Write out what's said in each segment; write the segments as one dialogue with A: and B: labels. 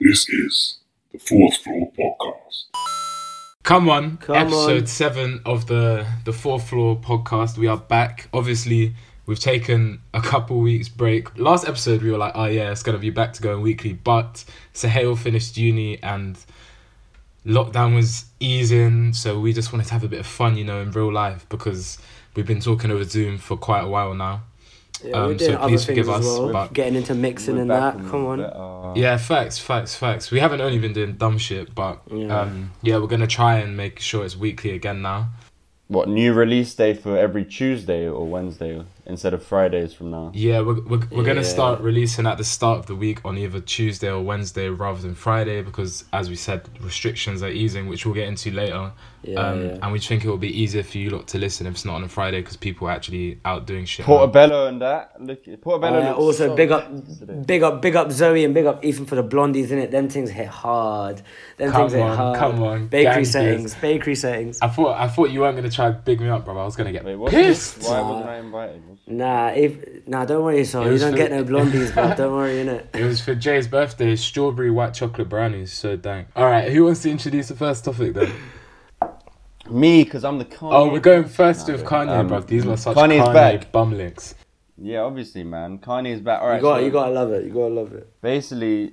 A: This is the Fourth Floor Podcast.
B: Come on,
C: Come on.
B: episode seven of the the fourth floor podcast. We are back. Obviously, we've taken a couple weeks break. Last episode, we were like, "Oh yeah, it's gonna be back to going weekly." But Sahel finished uni and lockdown was easing, so we just wanted to have a bit of fun, you know, in real life because we've been talking over Zoom for quite a while now.
C: Yeah,
B: Um,
C: we're doing
B: so
C: other
B: please
C: things
B: forgive
C: as
B: us,
C: well.
B: but-
C: Getting into mixing
D: We're
C: and
D: back
C: that. Come on.
D: better.
B: Yeah, facts, facts, facts. We haven't only been doing dumb shit, but
C: Yeah.
B: um, yeah, we're gonna try and make sure it's weekly again now.
D: What new release day for every Tuesday or Wednesday instead of Fridays from now?
B: Yeah, we're, we're, we're going to
C: Yeah.
B: start releasing at the start of the week on either Tuesday or Wednesday rather than Friday because, as we said, restrictions are easing, which we'll get into later.
C: Yeah,
B: um,
C: yeah.
B: And we think it will be easier for you lot to listen if it's not on a Friday because people are actually out doing shit. now.
D: Portobello and that. Look, Portobello.
C: Uh,
D: looks
C: also,
D: so
C: big up,
D: yesterday.
C: big up, big up Zoe and big up Ethan for the blondies in it. Them things hit hard. Them
B: Come
C: things hit
B: on,
C: hard.
B: come on,
C: Bakery
B: gangsters.
C: settings. Bakery settings.
B: I thought I thought you weren't going to try and big me up, brother. I was going to get
D: Wait, what?
B: pissed.
D: Why wasn't I invited?
C: Nah, if nah, don't worry, so
B: It
C: you
B: was
C: don't
B: for-
C: get no blondies, but don't worry, innit?
B: It was for Jay's birthday, strawberry white chocolate brownies. So dang. All right, who wants to introduce the first topic then?
D: Me, because I'm the Kanye.
B: Oh, we're going first
D: Nah,
B: with
D: dude,
B: Kanye,
D: um,
B: bruv. These are such
D: Kanye's
B: Kanye
D: back.
B: bum licks.
D: Yeah, obviously, man. Kanye's back. All right,
C: You got,
D: so
C: you gotta love it. You gotta love it.
D: basically,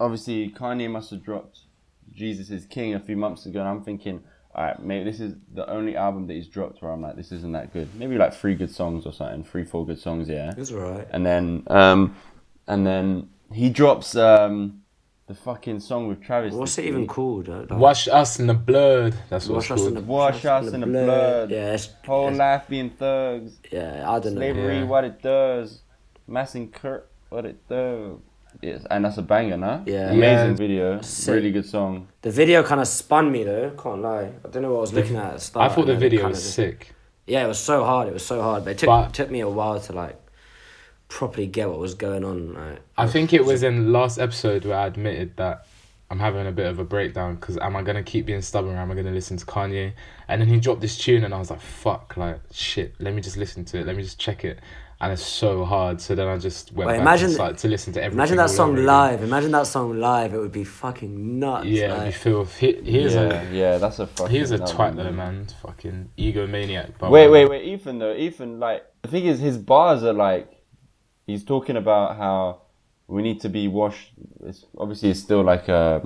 D: obviously, Kanye must have dropped Jesus is King a few months ago, and I'm thinking, all right, maybe this is the only album that he's dropped where I'm like, this isn't that good. Maybe like three good songs or something, three, four good songs, yeah.
C: It's alright.
D: and then um, and then he drops um, the fucking song with Travis.
C: What's
D: this
C: it even
D: week.
C: called? uh, like-
B: Wash us in the blood. That's what it's
C: Wash us
B: called.
C: in the
D: Wash us in the blood.
C: Yeah, it's,
D: Whole
C: it's-
D: life being thugs,
C: yeah, I don't know.
D: slavery,
B: Yeah.
D: what it does, mass incur, what it does. Yes, and that's a banger, nah?
C: Yeah.
D: Amazing
B: Yeah.
D: video,
C: Sick.
D: really good song.
C: The video kind of spun me though. Can't lie. I don't know what I was looking at at the
B: I
C: start.
B: thought the
C: and then it
B: video
C: kinda
B: was
C: just-
B: sick.
C: Yeah, it was so hard. It was so hard. But it took
B: But-
C: took me a while to like properly get what was going on. Like,
B: I think it was in last episode where I admitted that I'm having a bit of a breakdown because am I gonna keep being stubborn? Or am I gonna listen to Kanye? And then he dropped this tune, and I was like, "Fuck, like shit. Let me just listen to it. Let me just check it." And it's so hard. So then I just went
C: Wait,
B: back
C: imagine-
B: and started to listen to everything.
C: imagine that
B: all
C: song
B: over again.
C: live. Imagine that song live. It would be fucking nuts.
B: Yeah,
C: like,
B: you feel. He, he is
D: yeah, yeah, that's a
B: a
D: fucking.
B: he is a
D: that
B: twat
D: one,
B: though, man. Fucking egomaniac. But
D: Wait, wait, wait, Ethan though, Ethan, like the thing is his bars are like he's talking about how we need to be washed it's obviously it's still like a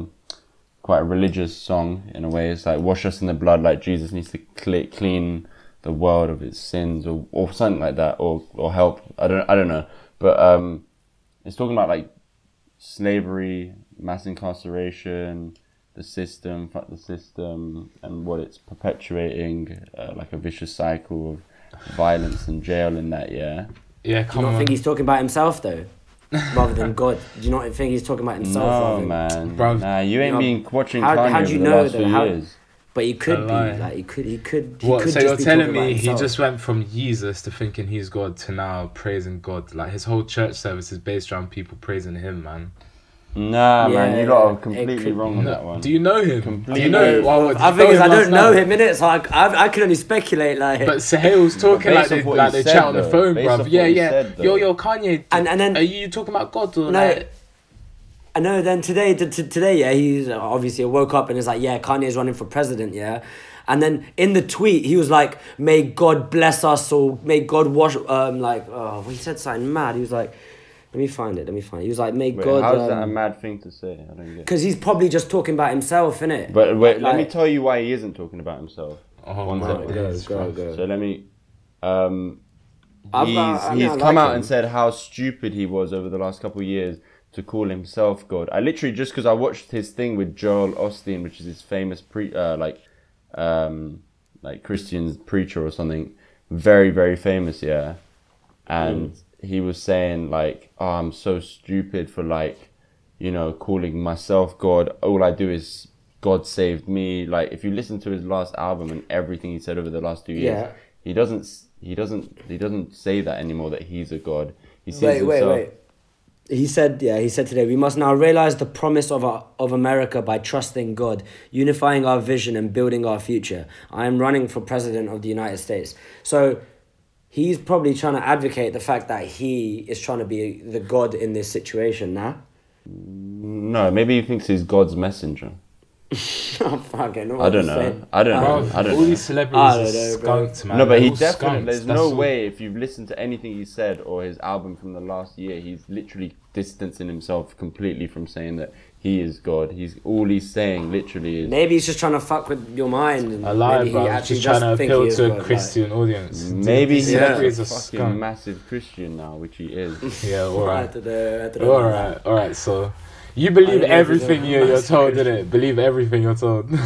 D: quite a religious song in a way. It's like wash us in the blood like Jesus needs to cle- clean the world of its sins or, or something like that or or help. I don't I don't know. But um it's talking about like slavery, mass incarceration, the system, fuck the system, and what it's perpetuating, uh, like a vicious cycle of violence and jail in that, yeah.
B: Yeah,
C: do you
B: come
C: not
B: on.
C: think he's talking about himself though, rather than God? Do you not think he's talking about himself? rather
D: No,
C: than-
D: man.
B: Bruv.
D: Nah, you ain't
C: No.
D: been watching
C: How-
D: Kanye
C: how do
D: over
C: you
D: the
C: know,
D: last
C: though?
D: few
C: How-
D: years.
C: But he could
B: A
C: be
B: lie.
C: like he could he could he
B: What?
C: could
B: So
C: just
B: you're
C: be
B: telling
C: talking about
B: me he
C: himself.
B: just went from Jesus to thinking he's God to now praising God? Like his whole church service is based around people praising him, man.
D: Nah, man,
C: Yeah,
D: you lot are
C: it
D: completely
C: could-
D: wrong on
B: No,
D: that one.
B: Do you know him? Do you
D: Completely.
B: know? Well,
C: Well,
B: did
C: I
B: you
C: think
B: know
C: is I
B: last
C: don't know
B: night?
C: him in it, so I, I, I can only speculate like.
B: But Sahel's talking
D: based
B: like they,
D: off what
B: like they
D: he
B: chat
D: said,
B: on the
D: though,
B: phone,
D: based off
B: bruv.
D: what
B: Yeah,
D: he
B: yeah.
D: said, though.
B: yo, yo, Kanye.
C: And- and then-
B: are you talking about God or
C: No.
B: like?
C: I know. Then today, t- t- today, yeah, he's uh, obviously woke up and is like, yeah, Kanye's running for president, yeah. And then in the tweet, he was like, "May God bless us," or "May God wash." Um, like, oh, he said something mad. He was like, "Let me find it. Let me find." it. He was like, "May
D: Wait,
C: God."
D: how's that a
C: um,
D: mad thing to say? I don't get it.
C: because he's probably just talking about himself, innit?
D: But wait, let me
C: Like-
D: tell you why he isn't talking about himself.
B: Oh
D: One
B: my
D: second.
C: go,
B: days,
C: go,
B: bruv.
C: go.
D: So let me. Um,
C: I've-
D: he's
C: I- I mean,
D: he's
C: I like
D: come out
C: him.
D: and said how stupid he was over the last couple of years to call himself God. I literally just because I watched his thing with Joel Austin, which is his famous pre uh, like um, like Christian preacher or something, very very famous, yeah. And
C: Mm.
D: he was saying like, oh, I'm so stupid for like, you know, calling myself God. All I do is God saved me. Like if you listen to his last album and everything he said over the last two years,
C: Yeah.
D: he doesn't. s- He doesn't. He doesn't say that anymore. That he's a god. He sees
C: Wait, wait,
D: himself.
C: wait. He said, yeah, he said today, we must now realize the promise of, our, of America by trusting God, unifying our vision and building our future. I am running for president of the United States. So he's probably trying to advocate the fact that he is trying to be the God in this situation now.
D: No, maybe he thinks he's God's messenger.
C: I fucking know.
D: I don't know. I don't know.
B: Bro,
C: Oh.
D: I
B: all
D: don't know.
B: these
C: I
B: celebrities are
C: don't know, bro.
B: skunked, man.
D: No, but
B: They're
D: he
B: all
D: definitely.
B: skunked.
D: There's
B: That's
D: no
B: all.
D: way if you've listened to anything he said or his album from the last year, he's literally distancing himself completely from saying that he is God. He's all he's saying literally is
C: Maybe he's just trying to fuck with your mind. And
B: I lie,
C: maybe
B: bro.
C: he
B: I'm
C: actually
B: just trying to
C: think
B: appeal
C: he is
B: to
C: God,
B: a
C: like-
B: Christian audience.
D: Maybe he's
C: Yeah.
D: a
B: celebrities are
D: fucking
B: skunked.
D: massive Christian now, which he is.
B: Yeah,
C: I
B: alright.
C: don't know, I don't know.
B: Alright, alright, so. You believe
C: don't know if he's
B: everything
C: a
B: you, you're
C: massive
B: told,
C: Christian.
B: innit? Believe everything you're told.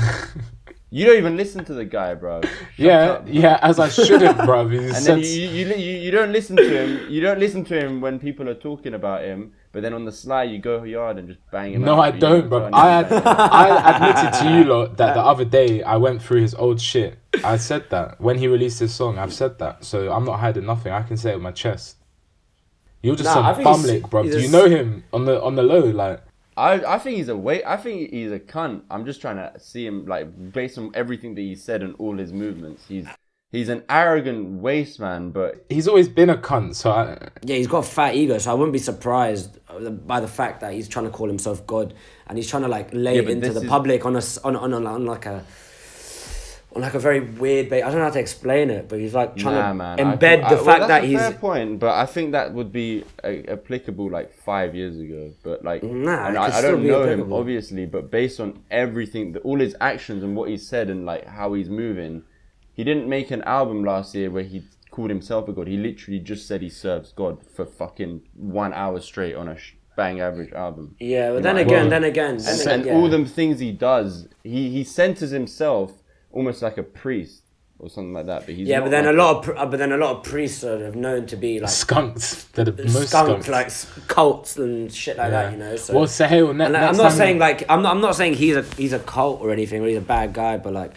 D: You don't even listen to the guy, bro. Shut
B: yeah,
D: up.
B: yeah, as I shouldn't, bro. He's
D: And
B: said,
D: then you, you, you, you don't listen to him. You don't listen to him when people are talking about him. But then on the sly, you go yard and just bang him.
B: no,
D: out
B: I
D: for you.
B: don't, bro.
D: Go on,
B: I,
D: you
B: ad-
D: bang him.
B: I admitted to you lot that the other day I went through his old shit. I said that. When he released his song, I've said that. So I'm not hiding nothing. I can say it with my chest. You're just
C: Nah, I
B: some
C: think
B: bum
C: he's-
B: lick, bro.
C: he's
B: Do
C: a
B: you
C: s-
B: know him on the on the low? Like,
D: I, I think he's a wait. I think he's a cunt. I'm just trying to see him like based on everything that he said and all his movements. He's he's an arrogant waste man, but
B: he's always been a cunt. So I,
C: Yeah, he's got a fat ego, so I wouldn't be surprised uh, by the fact that he's trying to call himself God and he's trying to like lay
D: Yeah,
C: it
D: but
C: into
D: this
C: the
D: is-
C: public on a s- on on, on, on like a on like a very weird base. I don't know how to explain it, but he's like trying
D: nah,
C: to
D: man. I
C: embed
D: feel- I-
C: the
D: well,
C: fact that
D: that's a
C: he's
D: fair point, but I think that would be a, applicable like five years ago. But like,
C: Nah,
D: and
C: it
D: I,
C: could
D: I
C: still
D: don't
C: be
D: know him
C: applicable.
D: obviously, but based on everything, the, all his actions and what he said and like how he's moving, he didn't make an album last year where he called himself a god. He literally just said he serves God for fucking one hour straight on a sh- bang average album.
C: yeah. But
D: You
C: then
D: know,
C: again,
B: well,
C: then again, then
D: and,
C: again,
D: and
C: yeah.
D: all them things he does, he he centers himself almost like a priest or something like that. But he's
C: yeah.
D: not
C: But then a
D: like
C: lot of pr- uh, but then a lot of priests are known to be like
B: skunks. They're the most
C: skunk
B: skunks.
C: like s- cults and shit like that. You know. So
B: Well, Sahil, ne-
C: And like,
B: next
C: I'm not
B: time-
C: saying like I'm not, I'm not saying he's a he's a cult or anything or he's a bad guy, but like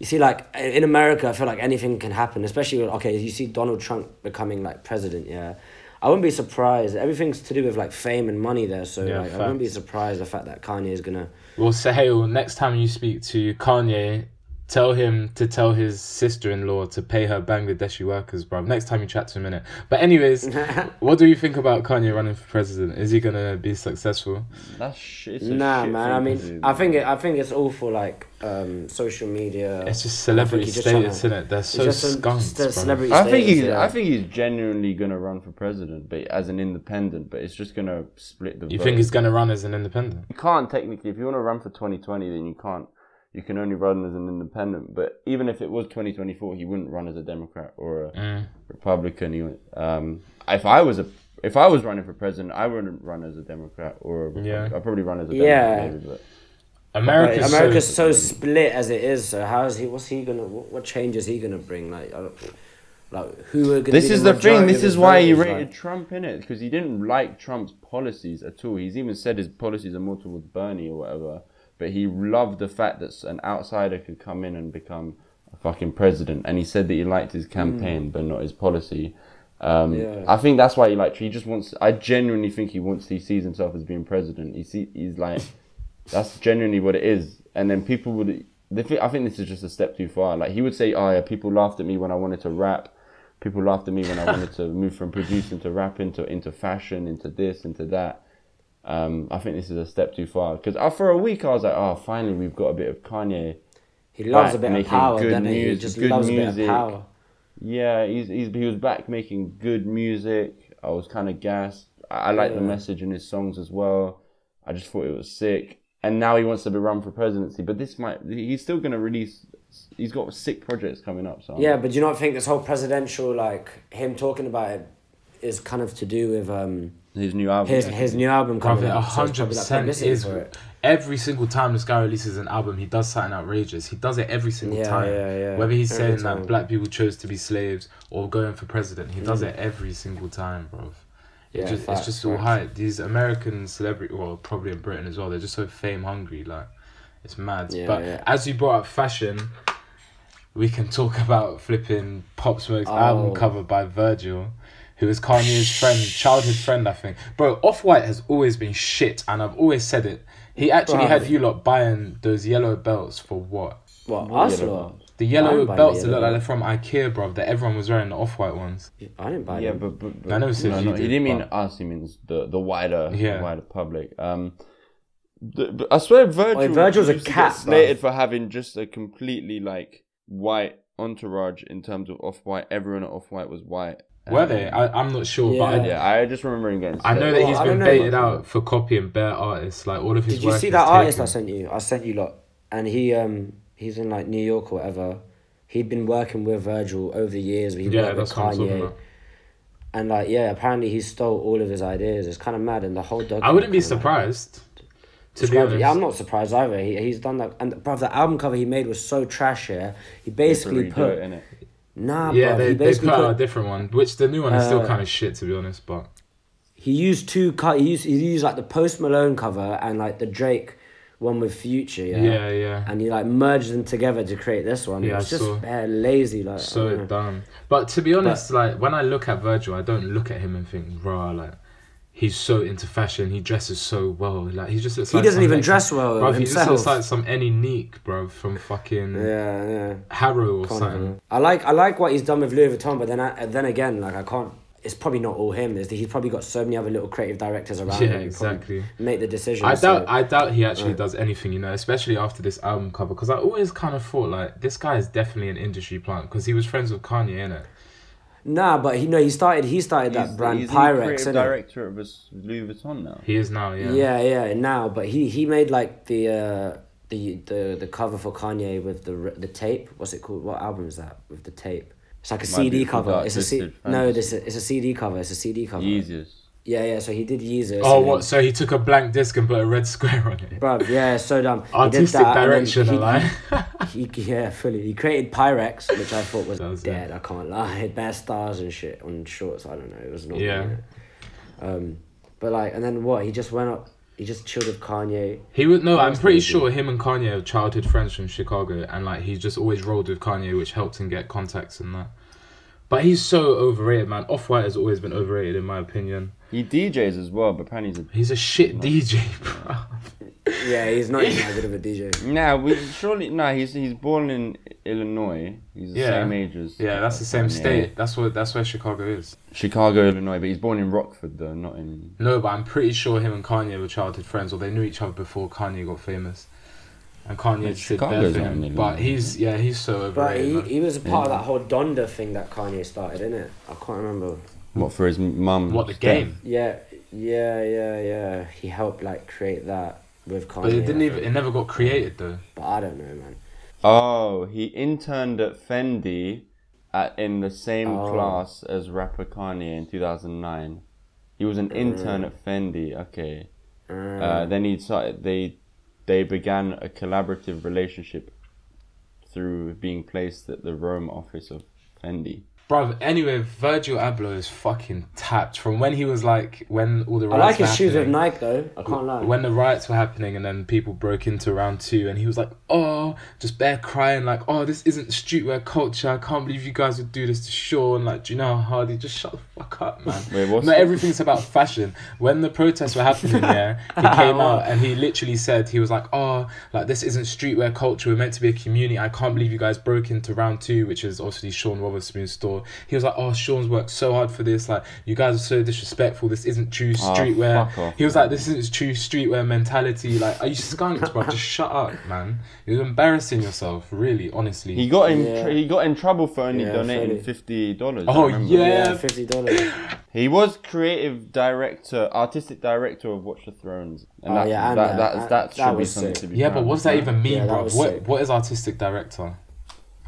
C: you see like in America, I feel like anything can happen, especially with, okay, you see Donald Trump becoming like president, yeah. I wouldn't be surprised. Everything's to do with like fame and money there, so
B: Yeah,
C: like, I wouldn't be
B: facts.
C: surprised the fact that Kanye is gonna.
B: Well, Sahil, next time you speak to Kanye, tell him to tell his sister-in-law to pay her Bangladeshi workers, bruv. Next time you chat to him, innit? But anyways, what do you think about Kanye running for president? Is he gonna be successful?
D: That's shit. it's a
C: Nah,
D: shit
C: man.
D: thing
C: I
D: to
C: mean,
D: do,
C: I
D: man.
C: think it, I think it's all for like um, social media.
B: It's just
C: I think
B: celebrity
C: he's just
B: status,
C: tryna-
B: innit? They're
C: he's
B: so
C: just a-
B: skunks,
C: just a
B: bruv.
C: celebrity
D: I think
C: status,
D: he's.
C: yeah.
D: I think he's genuinely gonna run for president, but as an independent. But it's just gonna split the.
B: You
D: vote.
B: think he's gonna run as an independent?
D: You can't technically, if you want to run for 2020, then you can't. You can only run as an independent. But even if it was 2024, he wouldn't run as a Democrat or a
B: Mm.
D: Republican. He would, um, if I was a, if I was running for president, I wouldn't run as a Democrat or a Republican.
B: Yeah.
D: I'd probably run as a
C: Yeah.
D: Democrat. Maybe, but
B: America's, so-
C: America's so split as it is. So how is he? What's he gonna? What, what change is he gonna bring? Like, I don't, like who are gonna?
D: this
C: be
D: is the thing.
C: majority
D: This
C: of his
D: is why he
C: voters,
D: rated
C: like?
D: Trump in it because he didn't like Trump's policies at all. He's even said his policies are more towards Bernie or whatever. But he loved the fact that s- an outsider could come in and become a fucking president. And he said that he liked his campaign, but not his policy. Um,
C: Hmm. Yeah.
D: I think that's why he like. He just wants. I genuinely think he wants. He sees himself as being president. He see. He's like. That's genuinely what it is. And then people would. They think, I think this is just a step too far. Like he would say, "Oh yeah, people laughed at me when I wanted to rap. People laughed at me when I wanted to move from producing to rapping to into fashion, into this, into that." Um, I think this is a step too far because for a week I was like, "Oh, finally we've got a bit of Kanye."
C: He loves a
D: back,
C: bit of
D: making
C: power.
D: good
C: Then he
D: news-
C: just
D: good
C: loves a bit
D: music.
C: of power.
D: Yeah, he's, he's he was back making good music. I was kind of gassed. I, I like the message in his songs as well. I just thought it was sick. And now he wants to be run for presidency, but this might he's still gonna release. He's got sick projects coming up. So I'm-
C: Yeah, but do you not think this whole presidential like him talking about it is kind of to do with um
D: his new album.
C: his his new album coming
B: Brother,
C: out?
B: a
C: so it's
B: hundred
C: probably like
B: percent
C: publicity
B: is.
C: for it.
B: Every single time this guy releases an album, he does something outrageous. He does it every single
C: Yeah,
B: time.
C: yeah, yeah.
B: Whether he's
C: Every
B: saying
C: time.
B: that black people chose to be slaves or going for president, he does it every single time, bro.
C: Mm. Yeah,
B: just,
C: facts,
B: it's just all
C: facts.
B: hype. These American celebrity, well, probably in Britain as well, they're just so fame hungry. Like, it's mad.
C: Yeah,
B: but
C: yeah.
B: as you brought up fashion, we can talk about flipping Pop Smoke's
C: Oh.
B: album cover by Virgil, who is Kanye's friend, childhood friend, I think. Bro, Off White has always been shit, and I've always said it. He actually
C: Bruh.
B: had you lot buying those yellow belts for what?
C: What,
D: What
C: Arsenal?
D: yellow ones?
B: The
C: I
B: yellow
C: didn't buy
B: belts
C: the
B: that look
C: yellow
B: like they're from IKEA, bruv, that everyone was wearing the off white ones.
C: I didn't buy
D: Yeah,
C: them.
D: but, but, but
B: I know, so
D: no,
B: you
D: no,
B: did,
D: he didn't mean
B: but-
D: us. He means the the wider,
B: Yeah.
D: the wider public. Um, the, but I swear, Virgil.
C: Wait, Virgil's a
D: used to get
C: cat,
D: Slated
C: bruv.
D: for having just a completely like white entourage in terms of off white. Everyone at off white was white.
B: Were
D: Um,
B: they? I, I'm not sure, but I,
C: Yeah.
D: Yeah, I just remember him getting.
B: I know
D: slated.
B: that
C: Well,
B: he's
C: I
B: been
C: don't know.
B: baited out for copying bare artists. Like all of his
C: Did you
B: work
C: see
B: is
C: that artist
B: taken.
C: I sent you? I sent you lot, and he um he's in like New York or whatever. He'd been working with Virgil over the years. He
B: Yeah,
C: worked with
B: that's what I'm talking
C: Kanye,
B: about.
C: and like yeah, apparently he stole all of his ideas. It's kind of mad, and the whole.
B: I wouldn't be
C: document kinda, like,
B: surprised. To be
C: describes it.
B: honest,
C: yeah, I'm not surprised either. He, he's done that, and bruv, the album cover he made was so trash. Yeah, he basically
D: Redo
C: put
D: it, innit?
C: nah,
B: Yeah,
C: bruv,
B: they,
C: he
B: they
C: basically
B: put out a
C: put
B: different one, which the new one is still
C: Uh,
B: kind of shit, to be honest. But
C: he used two cut. He used he used like the Post Malone cover and like the Drake one with Future. Yeah.
B: yeah, yeah,
C: And he like merged them together to create this one.
B: Yeah,
C: it's
B: I
C: just
B: saw.
C: bare lazy. Like I don't
B: so
C: know.
B: dumb. But to be honest, like when I look at Virgil, I don't look at him and think, rah, like he's so into fashion. He dresses so well. Like he just looks.
C: He
B: like
C: doesn't
B: some
C: even
B: next-
C: dress well
B: Bruv, he just
C: himself.
B: looks like some any neek, bruv, from fucking
C: yeah, yeah.
B: Harrow or
C: Can't
B: something.
C: even- I like I like what he's done with Louis Vuitton, but then I, then again, like I can't. It's probably not all him. It's, he's probably got so many other little creative directors around
B: Yeah,
C: him. who probably
B: exactly.
C: Make the decision.
B: I doubt I doubt he actually does anything, you know, especially after this album cover. Because I always kind of thought like this guy is definitely an industry plant because he was friends with Kanye, innit?
C: nah, but he no, he started he started that
D: He's-
C: brand
D: he's the
C: Pyrex.
D: creative
C: innit?
D: director of us- Louis Vuitton now.
B: He is now, yeah.
C: Yeah, yeah. Now, but he he made like the uh, the the the cover for Kanye with the r- the tape. What's it called? What album is that with the tape? It's like a
D: My
C: CD
D: Beautiful
C: cover.
D: Dark
C: It's a C-
D: Twisted
C: no,
D: Fantasy.
C: this it's a CD cover. It's a CD cover.
D: Yeezus.
C: Yeah, yeah. So he did Yeezus.
B: Oh,
C: and then-
B: what? So he took a blank disc and put a red square on it.
C: Bruv, yeah, so dumb. He did
B: Artistic
C: that, and then
B: direction,
C: he-
B: I like.
C: He, yeah, fully. He created Pyrex, which I thought was,
B: That was
C: dead. I can't lie. Bare stars and shit on shorts. I don't know. It was not.
B: Yeah.
C: Um, but like, and then what? He just went up. He just chilled with Kanye.
B: He would no. I'm
C: That's
B: pretty
C: crazy.
B: sure him and Kanye are childhood friends from Chicago, and like he just always rolled with Kanye, which helped him get contacts and that. But he's so overrated, man. Off White has always been overrated, in my opinion.
D: He DJs as well, but apparently he's a
B: He's a shit DJ, bro.
C: Yeah, he's not even that good of a DJ.
D: Nah, we surely nah. He's he's born in Illinois. He's the
B: Yeah.
D: same age as
B: Yeah, that's the same
D: Kanye.
B: state. That's what. That's where Chicago is.
D: Chicago, Illinois, but he's born in Rockford though, not in.
B: No, but I'm pretty sure him and Kanye were childhood friends, or they knew each other before Kanye got famous. And Kanye
D: Yeah,
B: just did their
D: Chicago's not
B: thing.
D: really
B: But
D: like
B: he's yeah, he's so
C: But
B: overrated.
C: he,
B: man.
C: he was a part of that whole Donda thing that Kanye started, innit? I can't remember.
D: What for his mum?
B: what the
D: death?
B: game?
C: Yeah, yeah, yeah, yeah. He helped like create that with Kanye.
B: But it didn't
C: I
B: even.
C: think.
B: It never got created though.
C: But I don't know, man.
D: Oh, he interned at Fendi, at, in the same
C: Oh.
D: class as rapper Kanye in 2009. He was an intern at Fendi. Okay. Uh, then he started. They they began a collaborative relationship through being placed at the Rome office of Fendi.
B: Bruv, anyway, Virgil Abloh is fucking tapped from when he was like when all the
C: I
B: riots
C: like
B: were
C: his shoes with
B: happening.
C: Nike though. I can't lie.
B: When the riots were happening and then people broke into round two and he was like, Oh, just bare crying, like, oh, this isn't streetwear culture. I can't believe you guys would do this to Shaw and like, do you know how hard he just shut the fuck up, man.
D: Wait, what's-
B: Not everything's about fashion. When the protests were happening, yeah, he came out and he literally said, he was like, oh, like this isn't streetwear culture. We're meant to be a community. I can't believe you guys broke into round two, which is obviously Sean Robertson's store. He was like, oh, Sean's worked so hard for this. Like, you guys are so disrespectful. This isn't true streetwear.
D: Ah, fuck off,
B: he was like, this isn't true streetwear mentality. Like, are you skunks, bro? Just shut up, man. You're embarrassing yourself, really, honestly.
D: He got in.
C: Yeah.
D: Tr- he got in trouble for only
C: Yeah,
D: donating
C: fully.
D: fifty dollars.
B: Oh, yeah.
C: yeah, fifty dollars.
D: He was creative director, artistic director of Watch the Thrones,
C: Oh,
D: and that
C: yeah, and that-
D: that, that,
C: that-
D: that,
C: that
D: should be
C: was
D: something
C: sick.
D: to be.
B: yeah,
D: proud
B: but what
D: of,
B: does that
D: right?
B: even mean,
C: Yeah, that
B: bro?
C: was
B: What,
C: sick.
B: what is artistic director?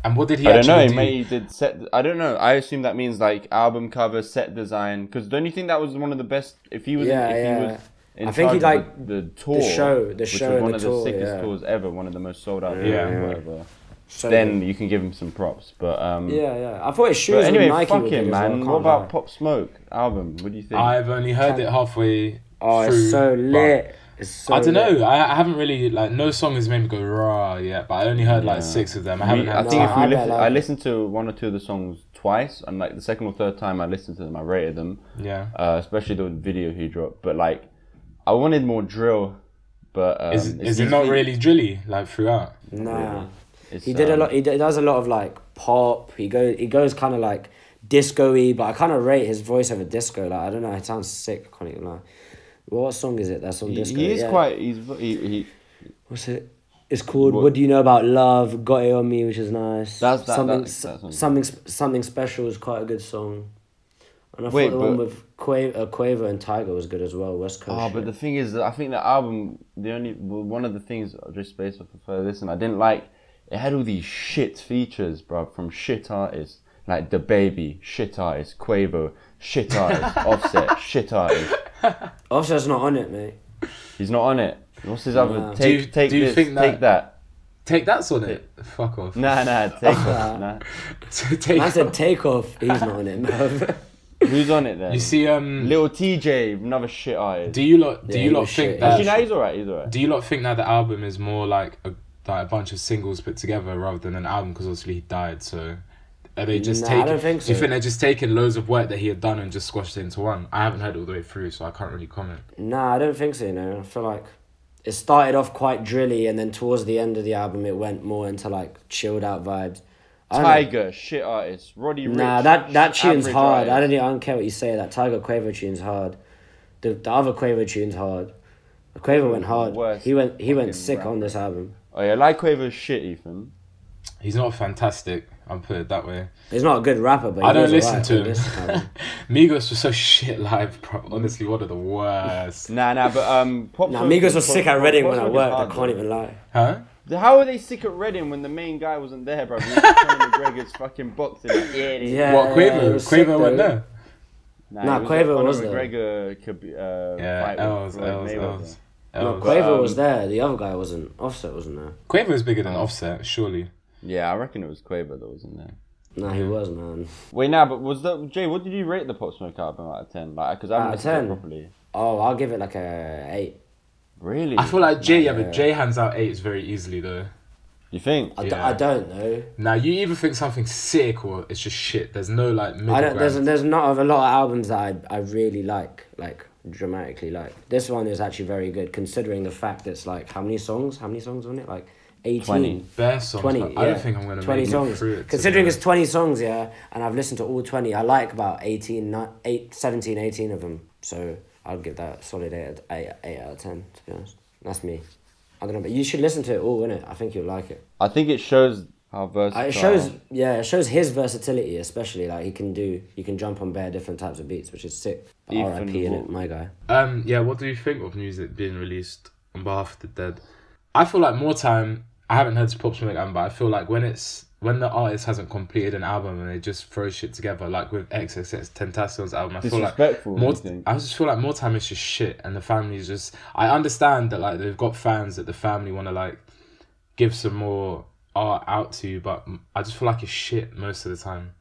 B: And what did he
D: I don't
B: actually
D: know. He
B: do?
D: may he did set. I don't know. I assume that means like album cover, set design. Because don't you think that was one of the best? If he was,
C: Yeah,
D: in, if
C: yeah.
D: he was. In
C: I think he
D: charge of
C: liked
D: the, the tour,
C: show- the
D: which
C: show
D: was
C: and
D: one
C: the
D: of
C: tour,
D: the sickest
C: yeah.
D: tours ever, one of the most sold out,
B: Yeah.
D: yeah, whatever.
C: So
D: Then you can give him some props, but um,
C: yeah, yeah. I thought his shoes
D: But anyway,
C: with Nike
D: fuck
C: were
D: him,
C: good as well, I
D: man.
C: can't
D: What about
C: lie.
D: Pop Smoke album? What do you think?
B: I've only heard it halfway.
C: Oh,
B: through,
C: it's so
B: but
C: lit. It's so
B: I don't
C: lit.
B: know. I, I haven't really like no song has made me go rah yet, but I only heard like
D: Yeah.
B: six of them. I
D: We-
B: haven't.
D: I
B: had
D: think
C: No,
D: if we
C: I
D: listen,
C: like
D: I
C: it.
D: listened to one or two of the songs twice, and like the second or third time I listened to them, I rated them,
B: yeah.
D: uh, especially the video he dropped. But like, I wanted more drill, but um,
B: Is,
D: it's
B: is it not
D: usually-
B: really drilly like throughout?
C: Nah.
D: It's,
C: he did a
D: um,
C: lot. He d- does a lot of like pop. He go. He goes kind of like disco-y, but I kind of rate his voice over disco. Like I don't know. It sounds sick. I can't even lie. What song is it that's on
D: He,
C: disco?
D: he is
C: Yeah.
D: quite. He's he, he
C: What's it? It's called
D: What-
C: what? Do You Know About Love? Got It On Me, which is nice.
D: That's- that-
C: something,
D: that- that song.
C: something, Sp- something Special is quite a good song. And I
D: Wait,
C: thought the one
D: but-
C: with Quaver, uh, Quaver and Tiger was good as well. West Coast.
D: Oh, but
C: shit.
D: the thing is, that I think the album, the only well, one of the things just based off of her listen, I didn't like. It had all these shit features, bro, from shit artists like the baby, shit artist, Quavo, shit artist, Offset, shit artist.
C: Offset's not on it, mate.
D: He's not on it. What's his
C: Nah.
D: other?
C: Do
D: Take,
B: you-
D: take
B: do you
D: this,
B: think that-
D: take that.
B: Take that's on it. Fuck off.
D: Nah, nah, take that. Nah.
B: Take
C: I
B: off.
C: said Take Off. He's not on it, man.
D: Who's on it then?
B: You see, um,
D: Little TJ, another shit artist.
B: do you lot do
C: Yeah,
B: you
C: he
B: lot
C: was
B: think
C: shit.
B: that
D: Actually, no, he's alright. He's alright.
B: do you lot think that the album is more like a like a bunch of singles put together rather than an album? Because obviously he died, so are they just
C: Nah, I
B: taking?
C: don't think
B: Do you
C: so.
B: think they're just taking loads of work that he had done and just squashed it into one? I haven't heard it all the way through, so I can't really comment.
C: nah, I don't think so, you know. I feel like it started off quite drilly and then towards the end of the album it went more into like chilled out vibes. I don't know.
D: Tiger, shit artist. Roddy Rich.
C: Nah, that that
D: sh-
C: tune's
D: average
C: hard. I
D: artist.
C: don't, e, I don't care what you say. That Tiger Quaver tune's hard. The the other Quaver tune's hard. Quaver went hard.
D: Worst
C: he went he
D: fucking
C: went sick
D: rapper.
C: on this album.
D: Oh yeah, like Quavo's shit, Ethan.
B: He's not fantastic. I'll put it that way.
C: He's not a good rapper, but he
B: I don't
C: was
B: listen
C: alright
B: to
C: on
B: him.
C: this album.
B: Migos was so shit live, bro. Honestly, one of the worst.
D: Nah, nah, but um, Pop.
C: nah,
D: Smoke
C: Migos
D: is-
C: was
D: Pop-
C: sick at
D: Pop
C: Reading when I
D: Smoke is
C: worked.
D: hard,
C: I can't
D: though.
C: even lie.
B: Huh?
D: How are they sick at Reading when the main guy wasn't there, bro? He was in Conor McGregor's fucking boxing. Like, yeah, it is.
C: Yeah.
B: what
C: Uh, it
B: Quavo?
C: was sick,
B: Quavo went
C: though.
B: there.
C: Nah,
D: it was
C: Quavo
D: a Conor
C: was there.
D: McGregor could be, uh,
B: Yeah,
D: fight with
B: L's,
D: Floyd
B: L's,
D: Mayweather.
B: L's.
C: No,
B: L's.
C: Quaver
D: um,
C: was there. The other guy wasn't. Offset wasn't there.
B: Quavo's bigger than Offset, surely.
D: Yeah, I reckon it was Quavo that was in there.
C: Nah, he was man.
D: Wait, now, but was that Jay? What did you rate the Pop Smoke album out of ten? Like, because I haven't
C: Out of
D: listened to it
C: 10?
D: properly.
C: Oh, I'll give it like a eight.
D: Really?
B: I feel like Jay, yeah, but Jay hands out eights very easily though.
D: you think?
C: I, d-
B: Yeah.
C: I don't know.
B: Now you either think something's sick or it's just shit. There's no like middle
C: I don't. There's
B: ground.
C: there's not of a lot of albums that I I really like like dramatically like. This one is actually very good considering the fact it's like how many songs? How many songs on it? Like 18.
D: 20.
B: Bare songs.
C: 20,
B: but
C: yeah.
B: I don't think I'm gonna
C: 20
B: make
C: songs.
B: it through it.
C: Considering it's
B: it's
C: 20 songs, yeah, and I've listened to all 20, I like about 18, ni- 8, 17, 18 of them. So I'd give that a solid 8, 8, 8 out of 10, to be honest. That's me. I don't know, but you should listen to it all, innit? I think you'll like it.
D: I think it shows how
C: Uh,
D: versatile.
C: It shows, yeah, it shows his versatility, especially like he can do, you can jump on bare different types of beats, which is sick. But
D: Ethan
C: R.I.P. in
D: Hawke.
C: it, my guy.
B: um yeah. What do you think of music being released on behalf of the dead? I feel like more time. I haven't heard Pop Smoke album, but I feel like when it's when the artist hasn't completed an album and they just throw shit together, like with XXX Tentacion's album, I feel like
D: Disrespectful,
B: more.
D: you think?
B: I just feel like more time is just shit, and the family is just. I understand that like they've got fans that the family want to like give some more art out to, but I just feel like it's shit most of the time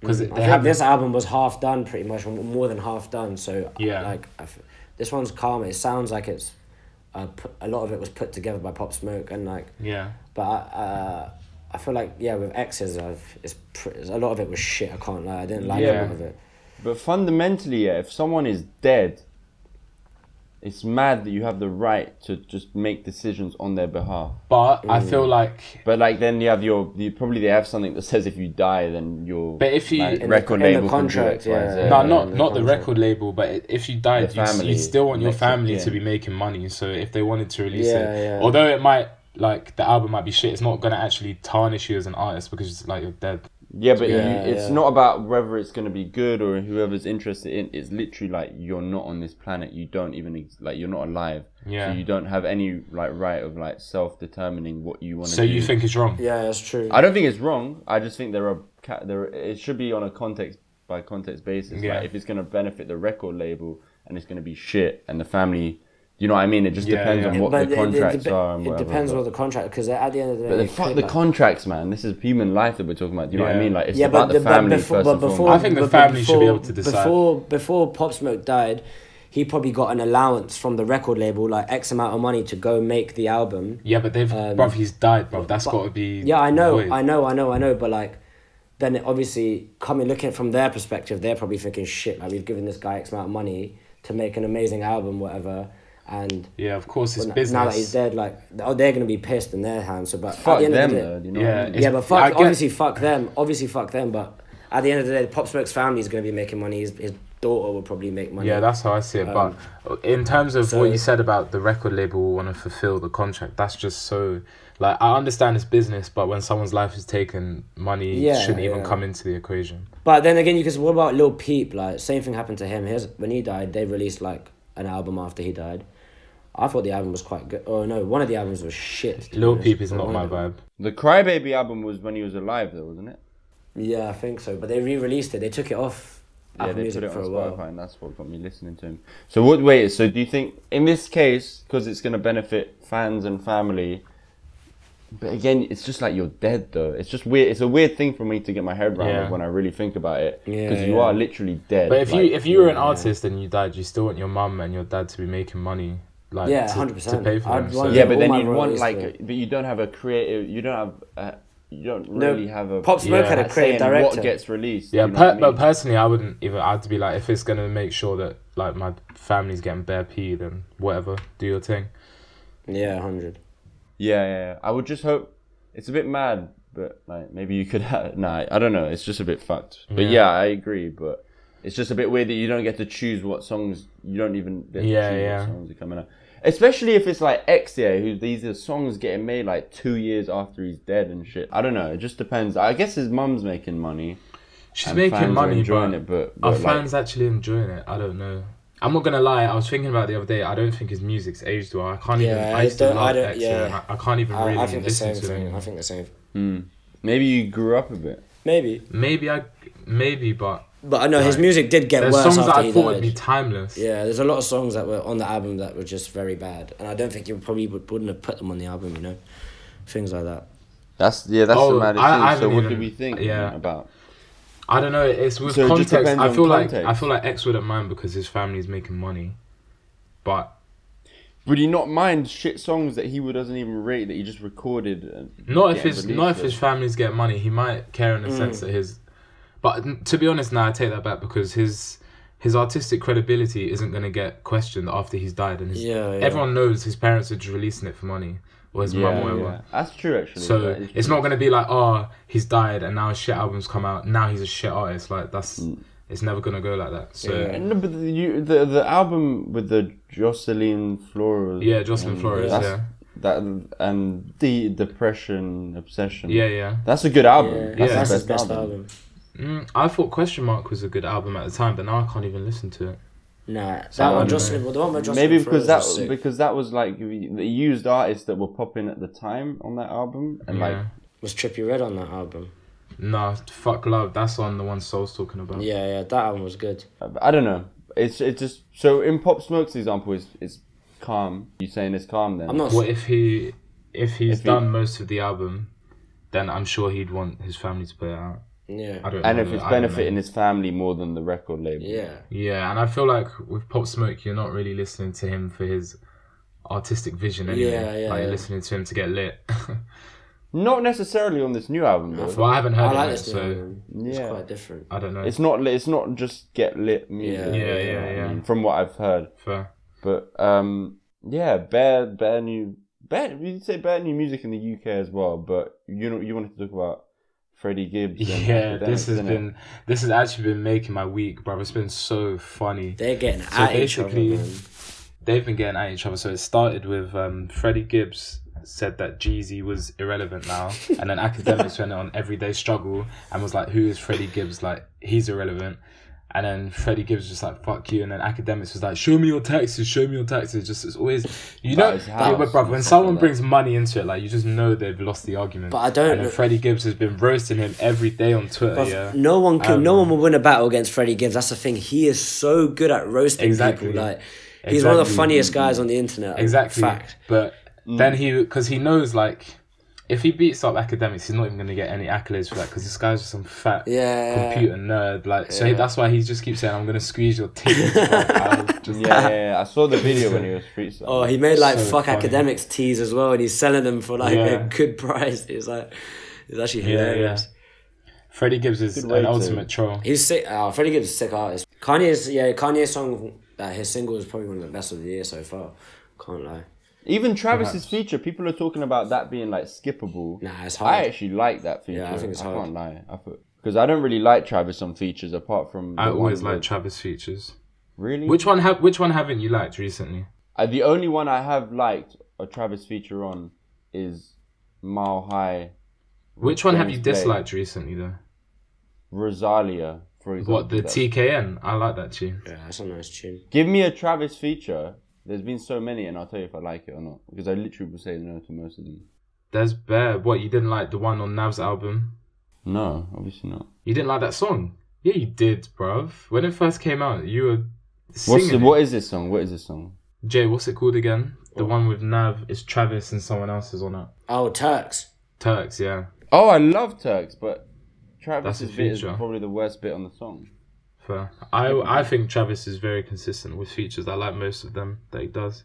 B: because
D: Mm,
C: I
B: they
C: think
B: have
C: this album was half done, pretty much, or more than half done. So
B: Yeah.
C: like I f- this one's calm. It sounds like it's uh, put, a lot of it was put together by Pop Smoke, and like,
B: Yeah,
C: but I, uh, I feel like yeah, with X's, I've it's pr- a lot of it was shit. I can't lie, I didn't like a
D: Yeah.
C: lot of it.
D: But fundamentally, yeah, if someone is dead, it's mad that you have the right to just make decisions on their behalf.
B: but I
D: Mm.
B: feel like
D: But like, then you have your, you probably they have something that says if you die, then your
B: But if you-
D: like,
B: In
C: the-
D: record
C: in the
D: label can do
C: contract,
D: X, Y,
C: yeah.
D: Z.
B: No,
C: Yeah,
B: not
C: the
B: not the
C: contract.
B: record label, but i- if you died,
D: The
B: you s-
D: family
B: you still want your
D: makes it,
B: family to
D: yeah.
B: be making money. So if they wanted to release
C: Yeah,
B: it,
C: yeah.
B: although it might like the album might be shit, it's not gonna actually tarnish you as an artist because it's like you're dead.
D: Yeah, but
C: Yeah,
D: you, it's
C: yeah.
D: not about whether it's going to be good or whoever's interested in. It's literally like you're not on this planet. You don't even ex- like you're not alive.
B: Yeah.
D: So you don't have any like right of like self determining what you want to
B: So
D: do.
B: you think it's wrong?
C: Yeah, that's true.
D: I don't think it's wrong. I just think there are ca- there. It should be on a context by context basis.
B: Yeah.
D: Like if it's going to benefit the record label and it's going to be shit and the family, you know what I mean? It just
B: Yeah,
D: depends
B: yeah.
D: on what
C: but it-
D: the
C: it
D: contracts
C: dep-
D: are and
C: it
D: whatever.
C: depends
D: but-
C: on the contract because at the end of the day,
D: But the
C: it
D: fuck
C: could,
D: the
C: like-
D: contracts, man. This is human life that we're talking about. Do you know what
B: Yeah.
D: I mean? Like it's
C: yeah,
D: about
C: but
D: the family
C: before,
D: first
C: but
D: and
C: before,
D: foremost.
B: I think the
C: but- but
B: family should be able to decide.
C: Before before Pop Smoke died, he probably got an allowance from the record label, like X amount of money to go make the album.
B: Yeah, but they've bruv, he's died, bruv. That's got to be
C: Um, Yeah, I know,
B: void.
C: I know, I know, I know, but like, then it obviously coming looking from their perspective, they're probably thinking shit. Like we've given this guy X amount of money to make an amazing album, whatever, and
B: Yeah, of course, it's
C: now
B: business.
C: that he's dead, like oh, they're gonna be pissed in their hands. So, but at
D: Fuck
C: the end of
D: them,
C: the day,
D: though. do You know
B: Yeah,
D: what I mean?
B: it's-
C: yeah, but fuck,
B: I get-
C: obviously fuck them. Obviously fuck them. But at the end of the day, Pop Smoke's family is going to be making money. His, his daughter will probably make money.
B: Yeah, that's how I see it. but in terms of
C: Um, so-
B: what you said about the record label will want to fulfill the contract, that's just so. Like, I understand it's business, but when someone's life is taken, money
C: Yeah,
B: shouldn't even
C: yeah.
B: come into the equation.
C: But then again, you can. say, What about Lil Peep? Like same thing happened to him. His when he died, they released like an album after he died. I thought the album was quite good. Oh no, one of the albums was shit. to be
B: Lil
C: honest.
B: Peep is
C: But
B: not
C: one
B: my
C: of them-
B: vibe.
D: The Crybaby album was when he was alive, though, wasn't it?
C: Yeah, I think so. But they re-released it. They took it off
D: Yeah,
C: Apple
D: they
C: Music
D: put it
C: for
D: on
C: a while.
D: Spotify, and that's what got me listening to him. So what? Wait. So do you think in this case, because it's going to benefit fans and family? But again, it's just like you're dead, though. It's just weird. It's a weird thing for me to get my head around
B: Yeah.
D: when I really think about it,
C: Yeah,
D: because you
C: yeah.
D: are literally dead.
B: But if
D: like-
B: you if you were an artist and you died, you still want your mum and your dad to be making money, like
C: Yeah,
B: to,
C: 100%.
B: to pay for
C: I'd
B: them. So,
C: want-
D: yeah, but
C: all
D: then
C: my
D: you want
C: royalties
D: like,
C: to-
D: a- but you don't have a creative. You don't have. A, you don't
C: No,
D: really have a.
C: Pop Smoke
B: Yeah.
C: had a
D: like, say
C: creative
D: in
C: director.
D: What gets released?
B: yeah,
D: you know
B: per,
D: what I mean?
B: but personally, I wouldn't even. I'd be like, if it's gonna make sure that like my family's getting bare pee, then whatever, do your thing.
C: yeah, hundred.
D: Yeah, yeah, yeah. I would just hope it's a bit mad, but like maybe you could. Have, nah, I don't know. It's just a bit fucked. But
B: Yeah.
D: yeah, I agree. But it's just a bit weird that you don't get to choose what songs you don't even get to
B: Yeah,
D: choose
B: yeah.
D: what songs are coming out. Especially if it's like Xia, who these are songs getting made like two years after he's dead and shit. I don't know. It just depends. I guess his mum's making money.
B: She's
D: and
B: making
D: fans are
B: money,
D: enjoying
B: but
D: it, but,
B: Are
D: but, like,
B: fans actually enjoying it? I don't know. I'm not gonna lie. I was thinking about it the other day. I don't think his music's aged well. I can't
C: Yeah,
B: even. I
C: I
B: used to
C: don't- I
B: love
C: don't-
B: X,
C: yeah.
B: and I, I can't even really
C: I think the
B: listen
C: same
B: to
C: thing.
B: him.
C: I think the same.
D: maybe you grew up a bit.
C: Maybe,
B: Maybe I, maybe, but
C: but I know his
B: Right.
C: music did get
B: there's
C: worse
B: songs
C: after
B: that I
C: he
B: thought
C: died.
B: would be timeless.
C: Yeah, there's a lot of songs that were on the album that were just very bad, and I don't think you probably would, wouldn't have put them on the album, you know, things like that.
D: That's yeah. That's
B: Oh,
D: the maddest
B: I- I
D: thing. So
B: haven't
D: what
B: even-
D: do we think
B: yeah.
D: about?
B: I don't know. It's with
D: So it just
B: context.
D: depends
B: I
D: on
B: feel like
D: context.
B: I feel like X wouldn't mind because his family's making money, but
D: Would he not mind shit songs that he doesn't even rate that he just recorded? and
B: Not if
D: getting
B: his
D: released
B: not if
D: with?
B: his family's get money, he might care in the
D: Mm.
B: sense that his. But n- to be honest, now I take that back because his his artistic credibility isn't going to get questioned after he's died, and his,
C: Yeah, yeah.
B: everyone knows his parents are just releasing it for money or his mum,
D: Yeah,
B: whatever.
D: yeah. That's true, actually.
B: So
D: That is
B: it's
D: true.
B: not going to be like, oh, he's died, and now his shit albums come out. Now he's a shit artist. Like that's
D: Mm.
B: it's never going to go like that. So
C: Yeah.
B: yeah,
D: No, but the, you, the the album with the Jocelyn Flores.
B: Jocelyn
D: um,
B: Flores.
D: that's-
B: Yeah,
D: That and the depression obsession.
B: yeah, yeah.
D: That's a good album.
C: Yeah,
D: That's,
B: Yeah.
C: that's
D: the
C: his
D: best,
C: best
D: album.
C: album.
B: Mm, I thought Question Mark was a good album at the time, but now I can't even listen to it.
C: Nah, that
D: I
C: one,
D: don't
C: Jocelyn, well, the one with Jocelyn
D: Maybe
C: Flores
D: because that
C: was sick.
D: because that was like the used artists that were popping at the time on that album, and
B: yeah.
D: like
C: was Trippy Red on that album.
B: Nah, fuck love. That's on the one Soul's talking about.
C: Yeah, yeah, that album was good.
D: I don't know. It's it just so in Pop Smoke's example is it's calm. You saying it's calm then?
C: I'm not.
B: What if he, if he's
D: If he-
B: done most of the album, then I'm sure he'd want his family to put it out. I
C: Yeah,
B: don't.
D: and
B: know,
D: if it's
B: I don't know.
D: benefiting his family more than the record label.
C: yeah,
B: Yeah, and I feel like with Pop Smoke, you're not really listening to him for his artistic vision anyway.
C: Yeah, yeah,
B: Like you're
C: yeah.
B: listening to him to get lit.
D: Not necessarily on this new album though.
B: well, I haven't heard
C: I like
B: it, yet,
C: this new
B: so
C: album. It's
D: Yeah.
C: quite different.
B: I don't know.
D: It's not. It's not just get lit
B: Yeah,
C: Yeah.
D: music. you know
B: yeah,
D: what I
B: yeah.
D: mean, From what I've heard,
B: fair.
D: but um, yeah, bare, bare new, bare. You say bare new music in the UK as well, but you know, you wanted to talk about Freddie Gibbs. and
B: Yeah,
D: Academics,
B: this has
D: innit?
B: been this has actually been making my week, bro. It's been so funny.
C: They're getting at each other.
B: basically-
C: man.
B: they've been getting at each other. So it started with um, Freddie Gibbs said that Jeezy was irrelevant now, and then academics went on Everyday Struggle and was like, "Who is Freddie Gibbs? Like he's irrelevant." And then Freddie Gibbs was just like fuck you, and then academics was like, show me your taxes, show me your taxes. Just it's always you know,
D: is how-
B: yeah, but bruv, when
D: Stuff
B: someone
D: like that.
B: brings money into it, like you just know they've lost the argument.
C: But I don't-
B: And then Freddie Gibbs has been roasting him every day on Twitter.
C: Bruv,
B: yeah,
C: No one can.
B: Um,
C: no one will win a battle against Freddie Gibbs. That's the thing. He is so good at roasting
B: Exactly.
C: people. Like he's one of the
B: Exactly.
C: funniest guys on the internet.
B: Exactly.
C: Fact.
B: But then he, because he knows, like, if he beats up academics, he's not even going to get any accolades for that because this guy's just some fat
C: Yeah.
B: computer nerd. Like, so he- that's why he just keeps saying, "I'm going to squeeze your teeth." I'll just-
D: Yeah, yeah, yeah. I saw the video when he was freestyling.
C: Oh, he made like
B: So
C: fuck
B: funny.
C: academics teas as well, and he's selling them for like
B: Yeah.
C: a good price. It's like it's actually
B: yeah, yeah.
C: hilarious.
B: Freddie Gibbs is
D: way
B: an
D: to-
B: ultimate troll.
C: uh, He's sick. Oh, Freddie Gibbs is a sick artist. Kanye's yeah, Kanye's song uh, his single is probably one of the best of the year so far. Can't lie.
D: Even Travis's feature, people are talking about that being like skippable.
C: Nah, it's
D: I
C: hard.
D: actually like that feature.
C: Yeah, I think it's hard.
D: can't lie. I because I don't really like Travis on features apart from.
B: I
D: the one
B: always like
D: with-
B: Travis features.
D: Really?
B: Which one have which one haven't you liked recently?
D: Uh, the only one I have liked a Travis feature on is Mile High
B: Which one have you
D: James Blake.
B: disliked recently though?
D: Rosalia, for example.
B: What the
D: That-
B: TKN? I like that tune.
C: Yeah, that's a nice tune.
D: Give me a Travis feature. There's been so many, and I'll tell you if I like it or not. Because I literally will say no to most of them.
B: There's Bear. What you didn't like the one on Nav's album?
D: No, obviously not.
B: You didn't like that song? Yeah, you did, bruv. When it first came out, you were
D: What's the,
B: singing. it.
D: what Oh. is this song? What is this song?
B: Jay, what's it called again? The one with Nav is Travis and someone else is on it.
C: Oh, Turks.
B: Turks, yeah,
D: Oh, I love Turks, but Travis's
B: That's a
D: bit is
B: feature.
D: probably the worst bit on the song.
B: fair. I I think Travis is very consistent with features. I like most of them that he does.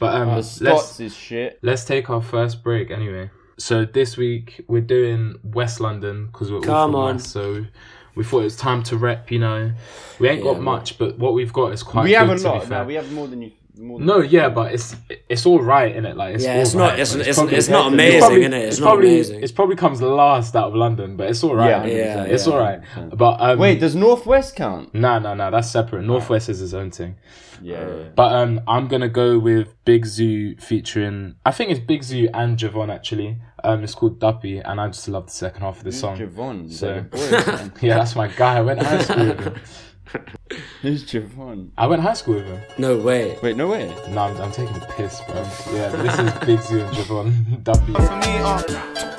B: But um,
D: The
B: let's
D: Scots is shit.
B: let's take our first break anyway. So this week we're doing West London because we're all
C: Come
B: from
C: on.
B: West, so we thought it was time to rep. You know, we ain't got
C: man.
B: much, but what we've got is quite.
D: we have
B: good,
D: a
B: to be
D: lot.
B: fair.
D: Now we have more than you. More than
B: No, yeah, but it's it's all right in it. Like it's
C: Yeah,
B: all
C: it's not-
B: right,
C: it's-
B: but
C: it's- it's not
B: probably-
C: amazing,
B: it's probably-
C: innit? It's not
B: probably
C: amazing.
B: it's probably comes last out of London, but it's all right.
D: Yeah,
C: Yeah,
B: it's
C: yeah.
B: all right. But um,
D: Wait, does Northwest count?
B: no, no, no, that's separate. Northwest is his own thing.
D: Yeah.
B: But um, I'm gonna go with Big Zoo featuring. I think it's Big Zoo and Javon actually. Um, it's called Duppy, and I just love the second half of the song.
D: Javon. is
B: So-
D: that a boy or something?
B: Yeah, that's my guy. I went high school with him.
D: Who's Javon?
B: I went high school with him.
C: No way.
D: Wait, no way.
B: No, I'm, I'm taking the piss, bro. Yeah, this is Big Zoo and Javon. Duppy.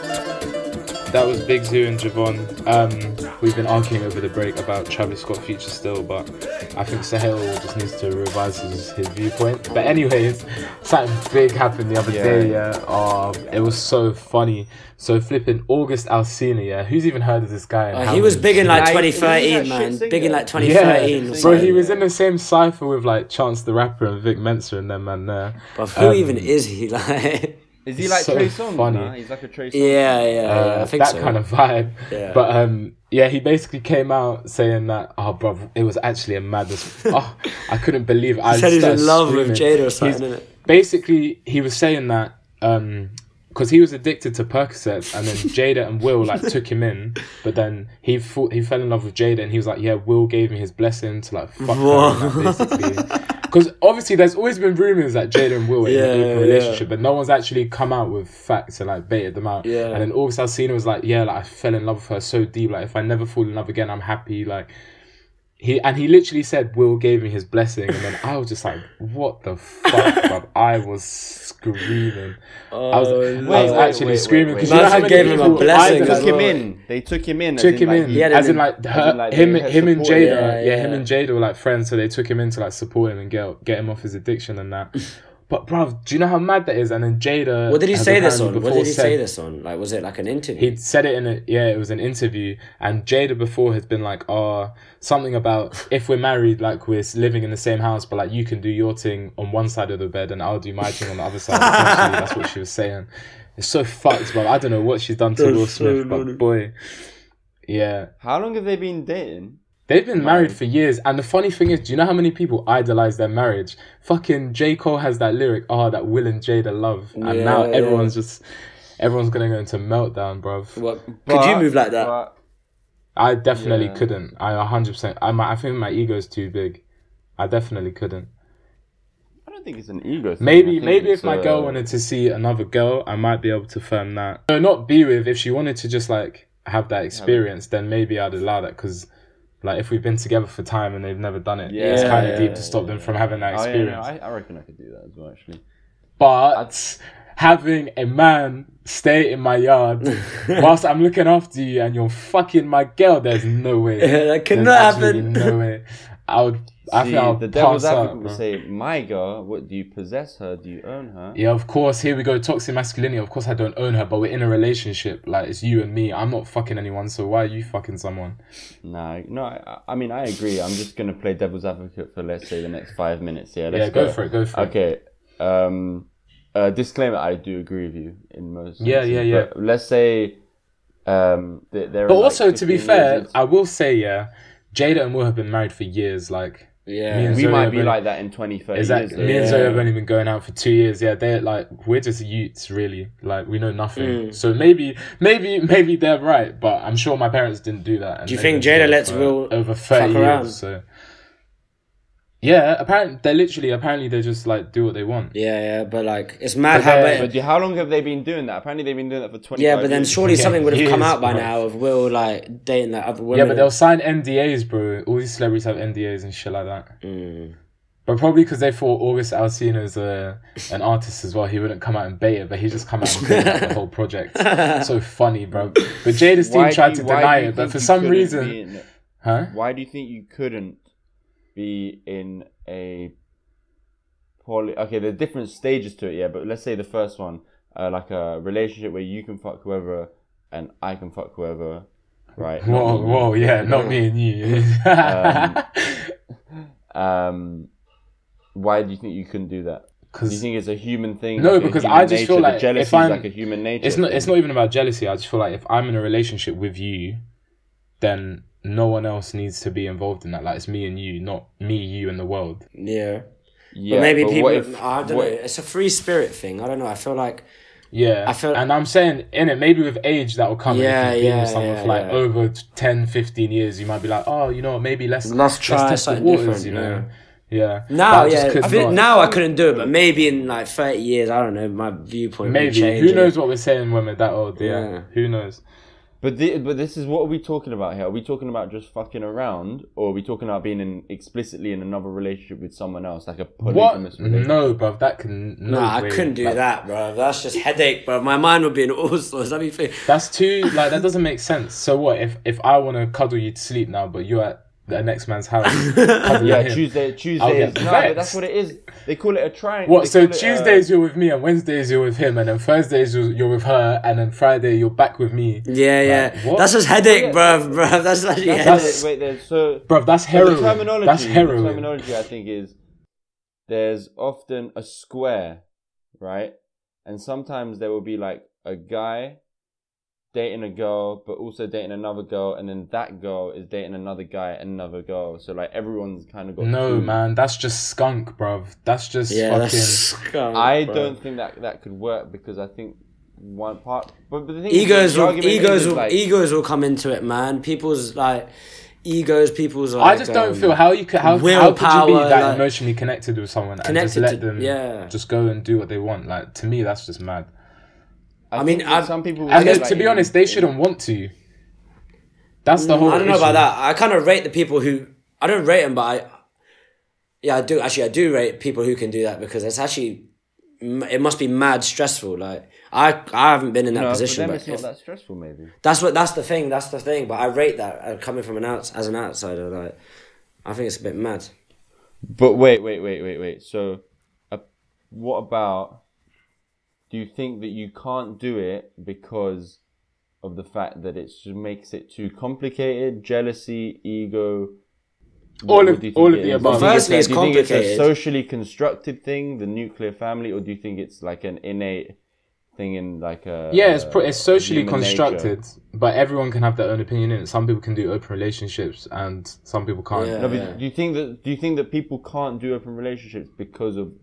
B: That was Big Zoo and Javon. Um, we've been arguing over the break about Travis Scott future still, but I think Sahel just needs to revise his, his viewpoint. But anyways, something big happened the other
D: Yeah.
B: day. Yeah, oh, it was so funny. So flipping August Alsina. Yeah, who's even heard of this guy? and
C: Uh,
B: how
C: he was
B: many-
C: big in like
D: Like,
C: 2013,
D: isn't that
C: man.
D: shit
C: Big in
D: singer?
C: like
B: Yeah,
C: 2013. or
B: bro.
C: something.
B: He was in the same cipher with like Chance the Rapper and Vic Mensa and them man there.
C: But who even is he? Like,
D: Is he like
B: So
D: Trey Songz?
B: funny.
D: nah? He's like a Trey Songz.
C: yeah, yeah,
B: uh,
C: yeah I think
B: that
C: so.
B: kind of vibe.
C: Yeah.
B: But um, yeah, he basically came out saying that, oh, bro, it was actually a madness. oh, I couldn't believe it. I
C: said he's
B: started
C: in love with
B: screaming.
C: Jada or
B: He's-
C: something. innit?
B: Basically, he was saying that um, because he was addicted to Percocets, and then Jada and Will like took him in, but then he thought he fell in love with Jada, and he was like, yeah, Will gave me his blessing to like fuck her, like, basically. Because obviously, there's always been rumors that Jada and Will are
C: Yeah,
B: in an
C: yeah.
B: open relationship, but no one's actually come out with facts and like baited them out.
C: Yeah.
B: And then August Alsina was like, "Yeah, like I fell in love with her so deep. Like if I never fall in love again, I'm happy." Like he and he literally said, "Will gave me his blessing," and then I was just like, "What the fuck?" bruv? I was screaming. I was, I
D: Wait,
B: was
D: wait,
B: actually
D: wait,
B: screaming
D: wait,
B: because
D: wait.
B: you know
C: Man
B: how many
C: gave him a
B: people-
C: blessing
B: I-
D: Took
C: as
D: him
C: well.
D: in. They took him in. as
B: took him
D: like,
B: in,
D: he-
C: had
B: as
C: an-
B: in like
D: as
B: her,
D: in, like,
B: him,
D: they had
B: him and
D: support,
B: Jada,
C: yeah,
B: yeah,
C: yeah.
B: him and Jada were like friends, so they took him in to like support him and get get him off his addiction and that. But bruv, do you know how mad that is? And then Jada,
C: What did he
B: has
C: say this
B: apparently
C: on? What
B: before
C: did he
B: said-
C: say this on? Like, was it like an interview?
B: He'd said it in a yeah, it was an interview, and Jada before had been like, "Ah, something about if we're married, like we're living in the same house, but like you can do your thing on one side of the bed and I'll do my thing on the other side." Essentially, that's what she was saying. It's so fucked, bro. I don't know what she's done to
C: That's
B: Will
C: so
B: Smith,
C: naughty.
B: but boy, yeah,
D: How long have they been dating?
B: They've been married for years, and the funny thing is, do you know how many people idolize their marriage? Fucking J. Cole has that lyric, oh, that Will and Jada love. And
C: Yeah,
B: now
C: yeah.
B: everyone's just, everyone's gonna go into meltdown, bruv.
C: What, could you
D: But-
C: move like that?
D: but-
B: I definitely
D: Yeah.
B: couldn't. I 100%, I, might, I think my ego's too big. I definitely couldn't.
D: I don't think it's an ego. Thing. I
B: Maybe,
D: think
B: maybe if
D: it's,
B: my
D: uh,
B: girl wanted to see another girl, I might be able to firm that. No, not be with, if she wanted to just like have that experience, then maybe I'd allow that because. Like if we've been together for time and they've never done it, it's
D: Yeah,
B: kind of
D: yeah,
B: deep to stop them from having that
D: Oh, yeah,
B: experience.
D: no, I, I reckon I could do that as well. Actually,
B: but having a man stay in my yard whilst I'm looking after you and you're fucking my girl, there's no way.
C: Yeah, that could
B: There's
C: not
B: absolutely
C: happen.
B: No way. I would. I
D: See,
B: think I'll
D: the
B: pass
D: devil's
B: out.
D: advocate
B: bro.
D: would say, "My girl, what do you possess her? Do you own her?"
B: Yeah, of course. Here we go. Toxic masculinity. Of course, I don't own her, but we're in a relationship. Like it's you and me. I'm not fucking anyone. So why are you fucking someone?
D: No, no. I, I mean, I agree. I'm just gonna play devil's advocate for let's say the next five minutes. Yeah, let's
B: yeah, go, for it. Go for it.
D: Okay. Um, uh, disclaimer: I do agree with you in most.
B: Yeah,
D: senses,
B: yeah, yeah.
D: but Let's say, um, th- there.
B: But also, to be fair, I will say, yeah, Jada and Will have been married for years. Like Me
D: We
B: and
C: Yeah.
B: Zoe
D: might
B: have
D: be
B: been-
D: like that in 20, 30
B: Exactly.
D: years.
B: Me and
C: Yeah.
B: Zoe have only been going out for two years. Yeah, they're like we're just youths, really. Like we know nothing.
C: Mm.
B: So maybe, maybe, maybe they're right. But I'm sure my parents didn't do that. and
C: Do you
B: they've
C: think
B: been
C: Jada
B: together
C: lets
B: for
C: Will
B: over thirty
C: fuck around?
B: years? So yeah, apparently they're literally apparently they just like do what they want.
C: Yeah, yeah, but like it's mad
B: But
C: how.
B: then-
C: bad-
D: But do- how long have they been doing that? Apparently they've been doing that for 25
C: yeah, but then
D: years.
C: surely
B: Yeah,
C: something would have come
B: years,
C: out by
B: bro.
C: now of Will like dating that other woman.
B: Yeah, but they'll sign NDAs, bro. All these celebrities have NDAs and shit like that. But probably because they thought August Alsina's a, an artist as well, he wouldn't come out and bait it, but he just come out and bait out the whole project. so funny, bro. But Jada's
D: Why
B: team
D: do
B: tried
D: you-
B: to
D: why
B: deny
D: do you
B: it, but
D: think
B: for
D: you
B: some
D: couldn't
B: reason,
D: be in it?
B: huh?
D: Why do you think you couldn't be in a poly? Okay, there's different stages to it, yeah. But let's say the first one, uh, like a relationship where you can fuck whoever and I can fuck whoever, right?
B: Whoa, whoa, yeah, not me and you.
D: Um, why do you think you couldn't do that? Do you
B: 'Cause-
D: think it's a human thing?
B: No,
D: like a
B: because
D: human
B: I just feel
D: nature? The
B: like if
D: jealousy is
B: I'm-
D: like a human nature.
B: it's not.
D: thing.
B: It's not even about jealousy. I just feel like if I'm in a relationship with you, then no one else needs to be involved in that. Like it's me and you, not me, you, and the world.
C: yeah.
D: Yeah,
C: but maybe
D: but
C: people.
D: what if-
C: I don't
D: what-
C: know. It's a free spirit thing. I don't know. I feel like.
B: Yeah,
C: I feel-
B: and I'm saying in it, maybe with age that will come. and if
C: Yeah,
B: you've been
C: yeah,
B: with someone
C: yeah,
B: for like
C: yeah.
B: over 10, 15 years, you might be like, oh, you know, what, maybe let's
C: Let's try
B: test the
C: something different,
B: you know. Yeah.
C: Now,
B: But I just
C: yeah,
B: could
C: I feel-
B: not.
C: now I couldn't do it, but maybe in like thirty years, I don't know, my viewpoint may
B: maybe
C: change.
B: who knows what we're saying when we're that old? Yeah,
C: Yeah.
B: who knows?
D: But thi- but this is what are we talking about here? Are we talking about just fucking around, or are we talking about being in explicitly in another relationship with someone else, like a polygamous
B: What?
D: relationship?
B: No, bruv, that can no.
C: Nah, I
B: way.
C: couldn't do
B: Like,
C: that, bro. That's just headache, bro. My mind would be in all sorts. Let me think.
B: That's too like that doesn't make sense. So what if if I want to cuddle you to sleep now, but you're at the next man's house? cuddling
D: Yeah,
B: him?
D: Tuesday.
B: I'll
D: Tuesday
B: get
D: is no, but that's
B: vexed.
D: what it is. They call it uh, a triangle.
B: What? So Tuesdays you're with me, and Wednesdays you're with him, and then Thursdays you're, you're with her, and then Friday you're back with me.
C: Yeah, yeah.
B: what?
C: That's just headache, bro, bro. That's actually headache.
B: that's-
D: wait, there's so
B: Bro, that's
D: but
B: heroin.
D: The terminology,
B: that's
D: the
B: heroin.
D: terminology, I think is there's often a square, right? And sometimes there will be like a guy dating a girl, but also dating another girl, and then that girl is dating another guy, and another girl. So like everyone's kind of got.
B: No,
D: two.
B: man, that's just skunk, bruv. That's just
C: yeah,
B: fucking.
C: that's scum,
D: I
C: bro.
D: don't think that that could work because I think one part, but, but the thing is,
C: Egos,
D: the
C: will,
D: argument
C: egos,
D: is,
C: will,
D: like,
C: egos will come into it, man. People's like egos, people's. Like,
B: I just don't
C: um,
B: feel how you could how, how could you
C: willpower,
B: be that
C: like-
B: emotionally connected with someone and just
C: Connected
B: let
C: to-
B: them
C: yeah.
B: just go and do what they want. Like to me, that's just mad.
D: I,
C: mean,
D: mean,
C: I've-
D: some people. would
B: And
D: say,
B: then,
D: like,
B: to be
D: in-
B: honest, they
D: in-
B: shouldn't want to. That's the whole.
C: Mm, I don't know
B: issue.
C: about that. I kind of rate the people who I don't rate them, but I yeah, I do actually. I do rate people who can do that because it's actually m- it must be mad stressful. Like I, I haven't been in that
D: No,
C: position,
D: for them
C: but
D: it's not
C: if-
D: that stressful, maybe.
C: that's what that's the thing. That's the thing. But I rate that uh, coming from an outs as an outsider. Like I think it's a bit mad.
D: But wait, wait, wait, wait, wait. So, uh, what about? Do you think that you can't do it because of the fact that it just makes it too complicated? Jealousy, ego. What-
B: All
D: what
B: of-
D: do you think
B: all of
D: it
B: the
D: is?
B: above.
D: Do you think
C: Firstly,
D: a-
C: it's
D: do you think
C: complicated.
D: a socially constructed thing, the nuclear family, or do you think it's like an innate thing in like a
B: Yeah, it's pr- it's socially
D: human nature?
B: constructed, but everyone can have their own opinion in it. Some people can do open relationships, and some people can't.
C: Yeah.
D: No, but do you think that do you think that people can't do open relationships because of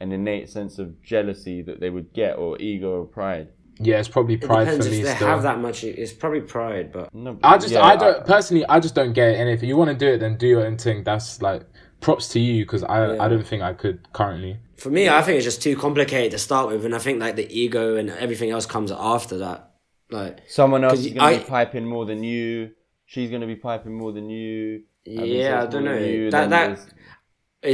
D: an innate sense of jealousy that they would get or ego or pride?
B: Yeah, it's probably pride
C: Depends
B: for
C: if
B: me
C: they
B: still.
C: have that much. It's probably pride, but
D: No,
B: I just,
D: yeah,
B: I don't personally, I just don't get it. And if you want to do it, then do your own thing. That's like props to you because I, I don't think I could currently.
C: for me, I think it's just too complicated to start with, and I think like the ego and everything else comes after that. Like
D: Someone else
C: 'Cause
D: is going
C: I-
D: to be piping more than you. She's going to be piping more than you. having
C: Yeah,
D: sex
C: I don't
D: more than
C: know.
D: you,
C: That-
D: then
C: that-
D: there's-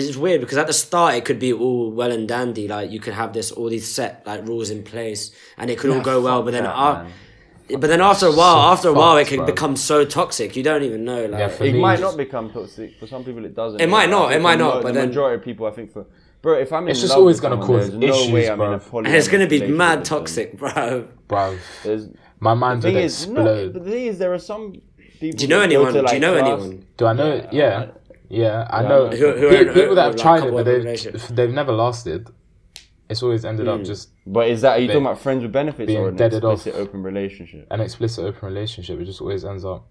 C: it's weird because at the start it could be all well and dandy like you could have this all these set like rules in place and it could all go well but then
D: that,
C: ar-
D: man.
C: but then after a while
B: So
C: after a while it
B: fucked,
C: can
B: bro.
C: become so toxic you don't even know like
B: Yeah, for
D: it
B: me,
D: might
B: it's-
D: not become toxic. For some people, it doesn't.
C: It might
D: I
C: not,
D: think
C: it might
D: the
C: not,
D: mo-
C: but
D: the
C: then-
D: majority of people, I think, for bro, if I'm in
B: It's just
D: love
B: always
D: with
B: gonna
D: someone,
B: cause
D: there's no way
B: issues,
D: I'm in a
B: bro.
D: polyamorous
C: it's gonna be
D: relationship
C: mad
D: with them.
C: toxic bro
B: Bruv,
D: There's-
B: my mind
D: thing
B: would
D: is, no,
B: explode.
D: but the thing is, there are some people.
C: do you know
D: that go
C: anyone
D: to,
C: do
D: like,
C: you know
D: class-
C: anyone
B: Do I know? Yeah, yeah, I know
C: Who- who
B: pe-
C: are- who-
B: people that
C: who
B: have
C: are, like,
B: tried it,
C: couple
B: but
C: of
B: they've
C: relationships.
B: they've never lasted. It's always ended
C: Hmm.
B: up just
D: But is that are you
B: They-
D: talking about friends with benefits
B: being
D: or an
B: deaded off.
D: explicit open relationship?
B: an explicit open relationship. It just always ends up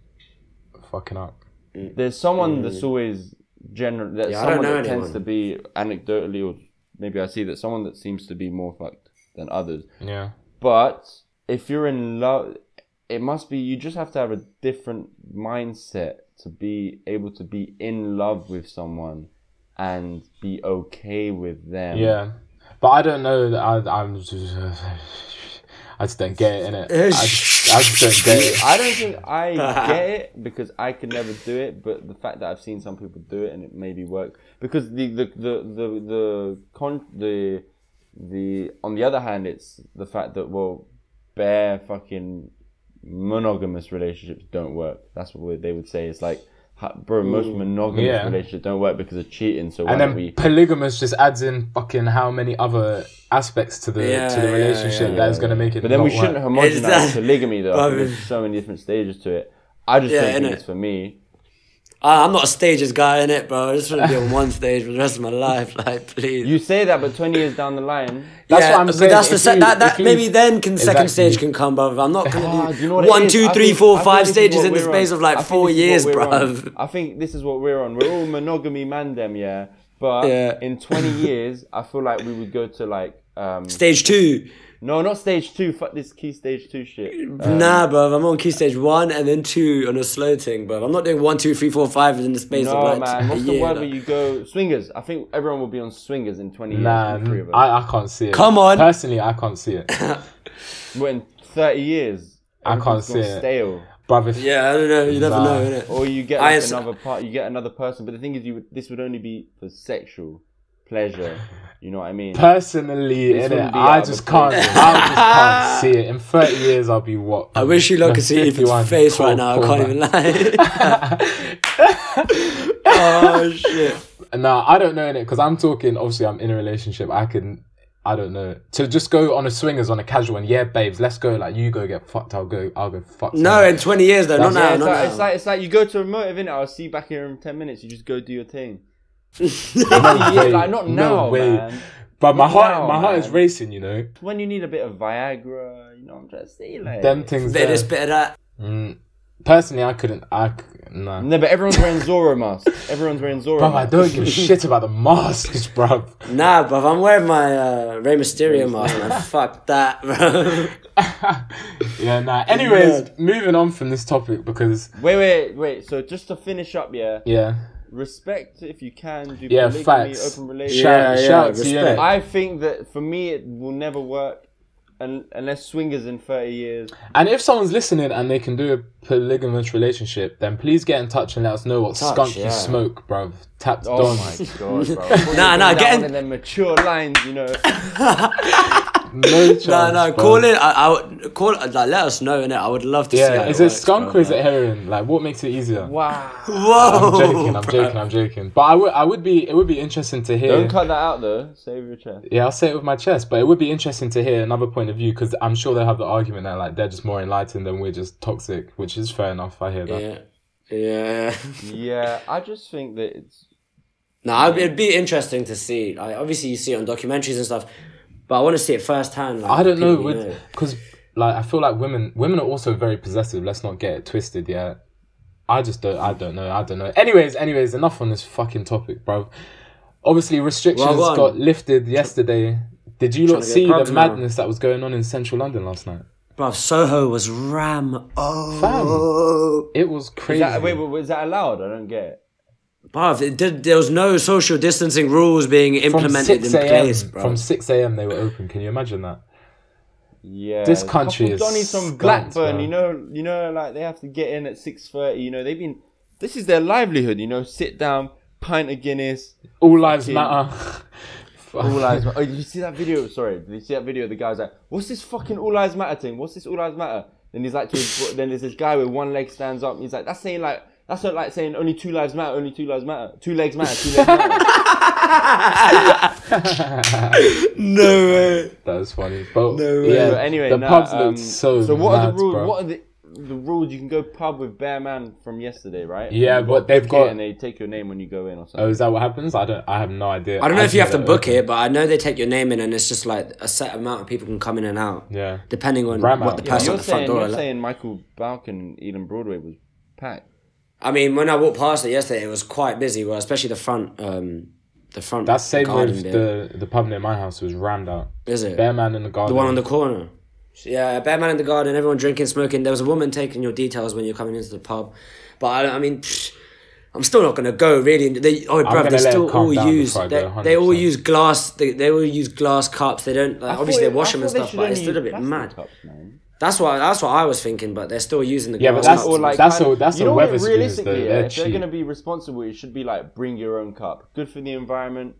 B: fucking up.
D: There's someone that's always general that
C: Yeah, I don't
D: someone
C: know
D: that tends
C: anyone.
D: to be anecdotally or maybe I see that someone that seems to be more fucked than others.
B: Yeah.
D: But if you're in love, it must be you just have to have a different mindset to be able to be in love with someone and be okay with them.
B: Yeah. But I don't know. that I, I'm. I just don't get it, innit? I just, I just don't get it.
D: I don't think I get it because I could never do it, but the fact that I've seen some people do it and it maybe work because the the the the the con the the on the other hand it's the fact that well bare fucking monogamous relationships don't work. That's what they would say. It's like ha- bro, most monogamous
B: Yeah.
D: relationships don't work because of cheating. So why
B: And
D: don't
B: then
D: we?
B: polygamous just adds in fucking how many other aspects to the
C: Yeah,
B: to the
C: yeah,
B: relationship
C: yeah,
B: that is going to make it.
D: But then
B: not
D: we shouldn't
B: work.
D: homogenize
C: Exact-
D: polygamy though. I think
C: Bro.
D: There's so many different stages to it. I just
C: Yeah,
D: don't think
C: innit?
D: it's for me.
C: I, I'm not a stages guy in it, bro. I just want to be on one stage for the rest of my life. Like, please.
D: You say that, but 20 years down the line.
B: That's what I'm
C: but
B: saying.
C: That's the
B: If
C: se-
B: you-
C: that, that
B: if you-
C: maybe then can second
B: Exactly.
C: stage can come, bro. I'm not gonna
D: Ah, do you know what
C: do
D: it
C: one,
D: is?
C: two,
D: I
C: three,
D: think-
C: four,
D: I think
C: five
D: this is
C: stages
D: what
C: in the
D: we're on.
C: space of
D: I
C: like
D: think
C: four
D: this is what
C: years,
D: we're on.
C: bro.
D: I think this is what we're on. We're all monogamy man them, yeah. But
C: Yeah.
D: in 20 years, I feel like we would go to like. Um,
C: Stage two.
D: no, not stage two. Fuck this key stage two shit. Uh,
C: nah, bro. I'm on key stage one and then two on a slow thing, bro. I'm not doing one, two, three, four, five in the space
D: no,
C: of like
D: man.
C: a
D: What's the
C: year,
D: word
C: no.
D: where you go swingers? I think everyone will be on swingers in 20 years.
B: Nah,
D: the three of us.
B: I, I can't see it.
C: Come on.
B: Personally, I can't see it.
D: Well, in 30 years,
B: I can't
D: everything's gone
B: see it.
D: Stale.
B: Bruv, if,
C: Yeah, I don't know. You never
B: Nah.
C: know, innit?
D: Or you get
C: I
D: like
C: ass-
D: another part, you get another person. But the thing is, you would, this would only be for sexual pleasure. You know what I mean?
B: personally,
D: This
B: innit,
D: wouldn't be
B: I
D: out of
B: just
D: the
B: can't.
D: question.
B: I just can't see it. In 30 years, I'll be what?
C: I wish you lot could see Ethan's face right now. I can't even lie. oh shit!
B: Nah, I don't know in it because I'm talking. Obviously, I'm in a relationship. I can. I don't know to just go on a swingers on a casual and yeah, babes, let's go. Like you go get fucked. I'll go. I'll go fucked.
C: No, in twenty years though, not
B: That's-
D: Yeah,
C: now,
D: it's,
C: not
D: like,
C: now.
D: it's like it's like you go to a motive innit? I'll see you back here in ten minutes. You just go do your thing.
B: no
D: Yeah, like not now, man.
B: But my heart,
D: now,
B: my heart is
D: man.
B: racing. You know,
D: When you need a bit of Viagra, you know what I'm trying to say, like.
B: them things.
C: Bit
B: there.
C: of this, bit of that.
B: Personally, I couldn't. I c- nah.
D: no, but everyone's wearing Zora masks. Everyone's wearing Zora.
B: Bro, I
D: masks.
B: don't give a shit about the masks, bro.
C: Nah, bruv, I'm wearing my uh, Rey Mysterio mask, man. Fuck that, bro.
B: yeah, nah. Anyways, moving on from this topic because
D: Wait, wait, wait. So just to finish up, yeah,
B: yeah,
D: respect if you can do
B: Yeah,
D: polygamy,
B: facts.
D: open relationship.
B: shout,
C: yeah,
B: shout to you. innit?
C: respect.
D: I think that for me it will never work, un- unless swingers in thirty years.
B: And if someone's listening and they can do a polygamous relationship, then please get in touch and let us know what skunk
C: yeah.
B: you smoke, bruv. Tapped
D: Oh
B: on.
D: my god, bro!
C: Nah, nah, get in-
D: getting them mature lines, you know.
B: No, chance,
C: No, no,
B: bro.
C: call it. I, I would call it. Like, let us know, innit? I would love to see.
B: Yeah,
C: how
B: is
C: it
B: it
C: works,
B: skunk
C: bruv.
B: or is it heroin? Like, what makes it easier?
D: Wow.
C: Whoa!
B: I'm joking. I'm joking. I'm joking. But I would, I would be. It would be interesting to hear.
D: Don't cut that out though. Save your chest.
B: yeah, I'll say it with my chest, but it would be interesting to hear another point of view because I'm sure they'll have the argument that like they're just more enlightened and we're just toxic, which is fair enough. I hear that.
C: Yeah. Yeah.
D: Yeah, I just think that it's
C: No, I'd- it'd be interesting to see. Like, obviously, you see it on documentaries and stuff, but I want to see it firsthand. Like,
B: I don't know
C: people we know.
B: because like I feel like women women are also very possessive. Let's not get it twisted. Yeah, I just don't. I don't know. I don't know. Anyways, anyways, enough on this fucking topic, bro. Obviously, restrictions
C: Well, go on.
B: got lifted yesterday. Did you not
C: to get
B: see the
C: pubs now.
B: madness that was going on in central London last night?
C: Bruv, Soho was ram. Oh,
B: It was
D: is
B: crazy.
D: that, wait, wait, wait, is that allowed? I don't get it.
C: bruv, it did, there was no social distancing rules being
B: from
C: implemented in
B: six a.m.
C: place, bruv.
B: From six a.m. they were open. Can you imagine that?
D: Yeah,
B: This country is
D: couple Donny's from
B: skunked,
D: Blackburn.
B: man.
D: You know, you know, like they have to get in at six thirty. You know, they've been. This is their livelihood. You know, sit down, pint of Guinness.
B: All lives
D: Fucking-
B: matter.
D: All eyes. Ma- Oh, did you see that video? Sorry, did you see that video? The guy's like, "What's this fucking all eyes matter thing? What's this all eyes matter?" Then he's like, to his, "Then there's this guy with one leg stands up. And he's like, that's saying like that's not like saying only two lives matter, only two lives matter, two legs matter, two legs matter."
C: no way.
B: That was funny. But
C: way.
B: yeah,
D: but anyway,
B: the
D: nah,
B: pubs
D: um,
B: looked so.
D: So what are
B: mad,
D: the rules?
B: bro.
D: What are the the rules? You can go pub with bare man from yesterday, right?
B: Yeah,
D: You've
B: but
D: a
B: they've
D: ticket
B: got-
D: and they take your name when you go in or something.
B: Oh, is that what happens? I don't. I have no idea.
C: I don't know if you have to book
B: it.
C: it, but I know they take your name in, and it's just like a set amount of people can come in and out.
B: Yeah.
C: Depending on
B: Ram
C: what
B: out.
C: the
B: Yeah,
D: But
C: person
D: you're
C: at the front
D: saying
C: door
D: you're
C: allows.
D: saying Michael Balkan and Eden Broadway was packed.
C: I mean, when I walked past it yesterday, it was quite busy. Well, especially the front, um, the front.
B: That same
C: garden
B: road,
C: bit.
B: the the pub near my house was rammed out.
C: Is it?
B: Bear man in the garden.
C: The one on the corner. Yeah, Bad Man in the Garden, everyone drinking, smoking. There was a woman taking your details when you're coming into the pub. But I, I mean, psh, I'm still not going to go, really. They, oh, bruv,
B: gonna
C: they
B: let it
C: still
B: calm
C: all
B: down
C: use,
B: before I
C: they,
B: go,
C: they all
B: 100%.
C: use glass, they, they all use glass cups. They don't, like, obviously they wash them and stuff, but it's still a bit mad. That's what, that's what I was thinking, but they're still using the
B: Yeah, but
C: glass
B: that's-
C: cups.
B: or, like, That's
D: kind
B: a-
D: of-
B: that's
D: you
B: a
D: know what,
B: Wetherspoons, though,
D: Realistically, yeah,
B: they're
D: if they're
B: cheap.
D: going to be responsible, it should be like bring your own cup. Good for the environment.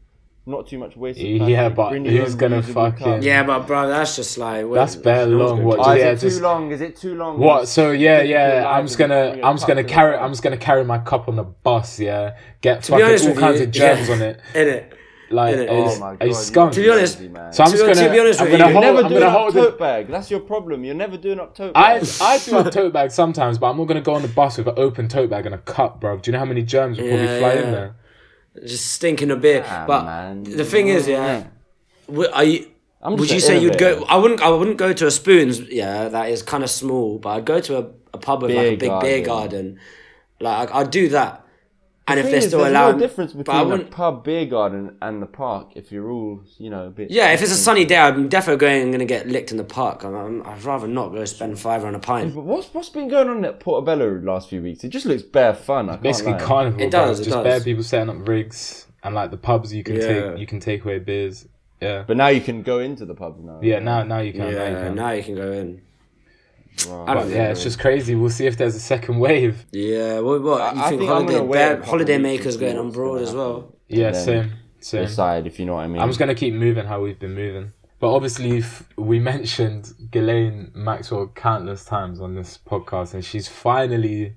D: Not too much waste. of
B: Yeah,
D: plastic,
B: but
D: bring your
B: who's
D: own
B: gonna
D: reusable
B: fucking-
D: cup.
C: yeah, but bro, that's just like. wait,
B: That's bare
C: no one's
B: long,
C: gonna
B: what,
C: do
D: Oh,
C: that.
D: is
B: Yeah,
D: it
B: just-
D: too long? Is it too long?
B: What? So yeah,
D: Difficult
B: yeah.
D: lives
B: I'm just
D: and
B: gonna,
D: bring a
B: I'm just
D: cup
B: gonna
D: to the
B: carry,
D: pub.
B: I'm just gonna carry my cup on the bus. Yeah, get
C: To be
B: fucking
C: honest
B: all
C: with
B: kinds
C: you,
B: of germs on it.
C: Innit?
B: Like,
C: Innit?
B: it's,
D: Oh my God,
B: it's
D: you-
B: skunk.
C: To be honest,
D: Crazy, man.
B: so I'm
C: to
B: just
C: be-
B: gonna,
C: to be honest
B: I'm
C: with
B: gonna
C: you,
B: hold,
D: Never
B: I'm
D: doing
B: gonna
D: up
B: hold
D: tote
B: the.
D: bag. That's your problem. You're never doing up tote
B: I,
D: bag.
B: I do have tote bags sometimes, but I'm not gonna go on the bus with an open tote bag and a cup, bro. Do you know how many germs will probably
C: Yeah,
B: fly
C: yeah.
B: in there?
C: Just stinking a bit.
D: Ah,
C: but
D: man.
C: the thing is, yeah. w- Are you.
D: I'm
C: Would
D: just
C: you
D: an
C: say you'd go?
D: innovator.
C: I wouldn't. I wouldn't go to a spoons. Yeah, that is kind of small, but I'd go to a, a pub with like a
D: Beer
C: big beer
D: garden.
C: garden. Like I, I'd do that, and if
D: Thing
C: they're
D: is,
C: still
D: there's
C: allowing,
D: no difference
C: but I
D: between a
C: wouldn't.
D: pub beer garden and the park if you're all, you know, a bit.
C: Yeah, if it's a sunny day, I'm definitely going. I'm gonna get licked in the park. I'm, I'm, I'd rather not go spend five on a pint.
D: But what's what's been going on at Portobello last few weeks? It just looks bare fun. I can't
B: Basically,
D: lie.
B: carnival.
C: It
B: bro.
C: does, it
B: Just
C: does.
B: bare people setting up rigs and like the pubs. You can
C: Yeah.
B: take, you can take away beers. Yeah,
D: But now you can go into the pub now.
B: yeah. Now, now you can. now you
C: Yeah,
B: can.
C: now you can go in.
D: Wow.
C: I don't
B: Yeah,
C: know.
B: it's just crazy. We'll see if there's a second wave.
C: Yeah, what? what you
D: I
C: think,
D: think I'm
C: holiday?
D: gonna wait a
C: Bear,
D: couple weeks and
C: holidaymakers
D: see
C: going
D: what's
C: abroad
D: gonna
C: as well.
B: Yeah,
D: then
B: same, same.
D: Decide if you know what I mean.
B: I'm just gonna keep moving how we've been moving. But obviously, f- we mentioned Ghislaine Maxwell countless times on this podcast, and she's finally,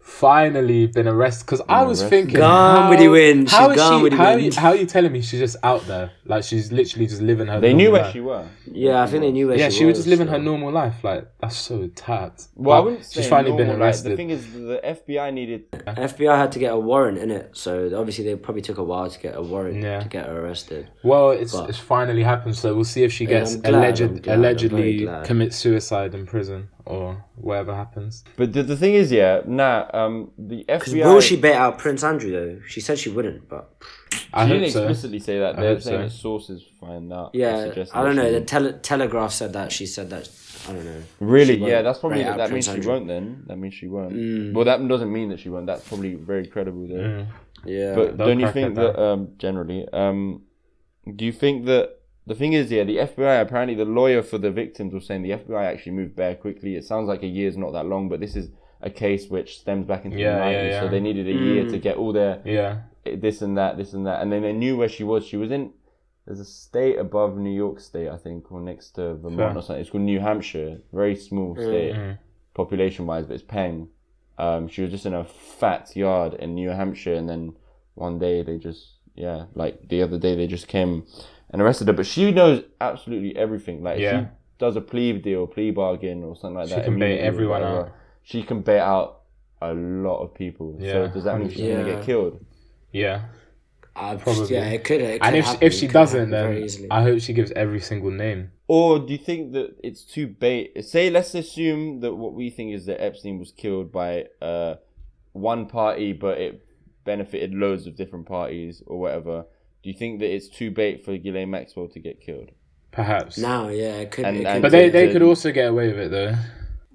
B: finally been arrested. Because I was
D: arrested.
B: thinking,
C: Gone
B: how,
C: with the wind,
B: How is
C: she's gone
B: she?
C: with the
B: how,
C: wind.
B: how are you telling me she's just out there? Like she's literally just living her.
D: they
B: normal
D: knew where
B: life.
D: she were.
C: Yeah, I think they knew where
B: Yeah,
C: she,
B: she was just living her
C: so.
B: normal life. Like that's so tat.
D: Well, I
B: But
D: wouldn't say
B: she's finally been
D: normal, like,
B: arrested.
D: The thing is, the FBI needed.
C: FBI had to get a warrant in it, so obviously they probably took a while to get a warrant
B: Yeah.
C: to get her arrested.
B: Well, it's
C: But-
B: it's finally happened, so we'll see if she gets
C: I'm glad, I'm
B: alleged
C: glad, I'm very
B: allegedly
C: glad.
B: commits suicide in prison or whatever happens.
D: But the, the thing is, yeah, nah. Um, the
C: Because
D: FBI.
C: will she bait out Prince Andrew though? She said she wouldn't, but
B: I
D: She didn't
B: hope so.
D: explicitly say that. They're
B: hope
D: saying
B: so.
D: that sources find out.
C: yeah,
D: suggested
C: I don't
D: that
C: know.
D: she-
C: The tele- Telegraph said that she said that. I don't know.
D: Really?
C: She won't
D: Yeah, that's probably
C: rate out
D: that
C: Prince
D: means she
C: Andrew.
D: won't. Then that means she won't.
B: Mm.
D: Well, that doesn't mean that she won't. That's probably very credible though.
C: Yeah,
D: But
B: they'll
D: don't you
B: crack
D: think
B: that down.
D: that um, generally? Um, do you think that the thing is? Yeah, the FBI apparently the lawyer for the victims was saying the FBI actually moved very quickly. It sounds like a year's not that long, but this is a case which stems back into
B: Yeah,
D: the
B: yeah,
D: nineties, so
B: yeah. Mm.
D: they needed a year to get all their
B: Yeah,
D: eh, this and that, this and that, and then they knew where she was. She was in there's a state above New York State, I think, or next to Vermont
B: Fair. Mm.
D: or something. It's called New Hampshire, very small state population wise, but it's Peng. Um, she was just in a fat yard in New Hampshire, and then one day they just yeah, like the other day they just came and arrested her. But she knows absolutely everything. Like if
B: Yeah.
D: she does a plea deal, plea bargain, or something like
B: She
D: that.
B: can bait
D: immediately or
B: everyone
D: whatever,
B: out.
D: She can bait out a lot of people.
B: Yeah,
D: So does that mean she's gonna
C: Yeah.
D: get killed?
B: yeah.
C: I-
B: probably.
C: Yeah, it could. It could
B: And if
C: happen,
B: if
C: it
B: she
C: could
B: doesn't,
C: happen very
B: then
C: easily.
B: I hope she gives every single name.
D: Or do you think that it's too bait? Say, let's assume that what we think is that Epstein was killed by uh, one party, but it benefited loads of different parties or whatever. Do you think that it's too bait for Ghislaine Maxwell to get killed?
B: Perhaps.
C: now, yeah, it could.
D: And-
C: it
D: and-
C: could
B: But they,
C: be.
B: they could also get away with it though.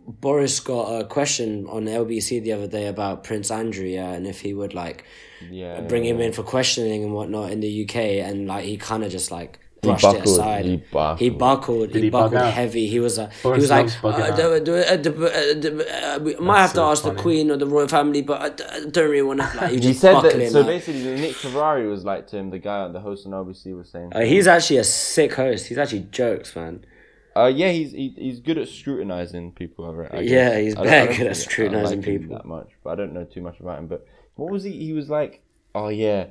C: Boris got a question on LBC the other day about Prince Andrew, yeah, and if he would like
D: Yeah.
C: bring him in for questioning and whatnot in the UK, and like he kind of just like
D: He
C: brushed it
D: buckled,
C: aside.
D: he buckled.
C: He buckled. He
B: he bug
C: buckled
B: out?
C: heavy. He was like, he
B: Boris
C: was like,
B: loves bugging
C: uh,
B: out.
C: do- do- uh, do- uh, do- uh, we might have to
B: so
C: ask the
B: funny.
C: Queen or the royal family, but I d- I don't really want to. Like, he was
D: He
C: just
D: said
C: buckling.
D: that. So
C: like-
D: basically, Nick Ferrari was like to him, the guy on the host on RBC was saying,
C: Uh, he's actually a sick host. He's actually jokes, man.
D: Uh, yeah, he's he, he's good at scrutinizing people. I re- I guess.
C: Yeah, he's
D: I don't- I
C: very
D: don't
C: good at
D: think I like
C: scrutinizing
D: him
C: people.
D: that much, but I don't know too much about him. But what was he? He was like, oh yeah.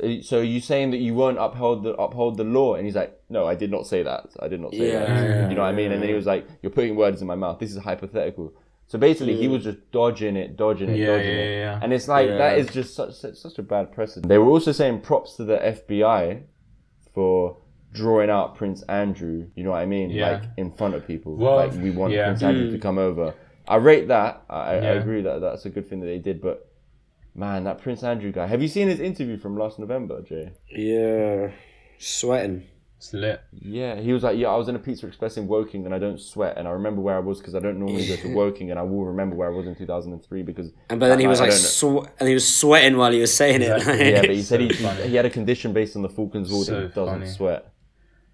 D: Uh, So you saying that you won't uphold the uphold the law? And he's like, no, I did not say that. I did not say
C: Yeah.
D: that. You know what I mean? And then he was like, you're putting words in my mouth. This is hypothetical. So basically,
C: Mm.
D: he was just dodging it, dodging it,
B: Yeah,
D: dodging
B: yeah,
D: it,
B: yeah, yeah.
D: and it's like that
C: Yeah.
D: is just such such such a bad precedent. They were also saying props to the FBI for drawing out Prince Andrew. You know what I mean?
B: Yeah.
D: Like in front of people.
B: Well,
D: like we want
B: yeah.
D: Mm. Prince Andrew to come over. I rate that. I, I
B: Yeah.
D: agree that that's a good thing that they did, but Man, that Prince Andrew guy. Have you seen his interview from last November, Jay?
C: Yeah, sweating.
B: It's lit.
D: Yeah, he was like, yeah, I was in a Pizza Express in Woking and I don't sweat and I remember where I was because I don't normally go to Woking and I will remember where I was in 2003 because.
C: And but then
D: that
C: he was
D: night I
C: like,
D: don't know."
C: sw- and he was sweating while he was saying it.
B: Exactly,
D: yeah,
C: like-
D: but he said he,
B: So funny.
D: he, he had a condition based on the Falklands War
B: So
D: that he doesn't
B: funny.
D: sweat.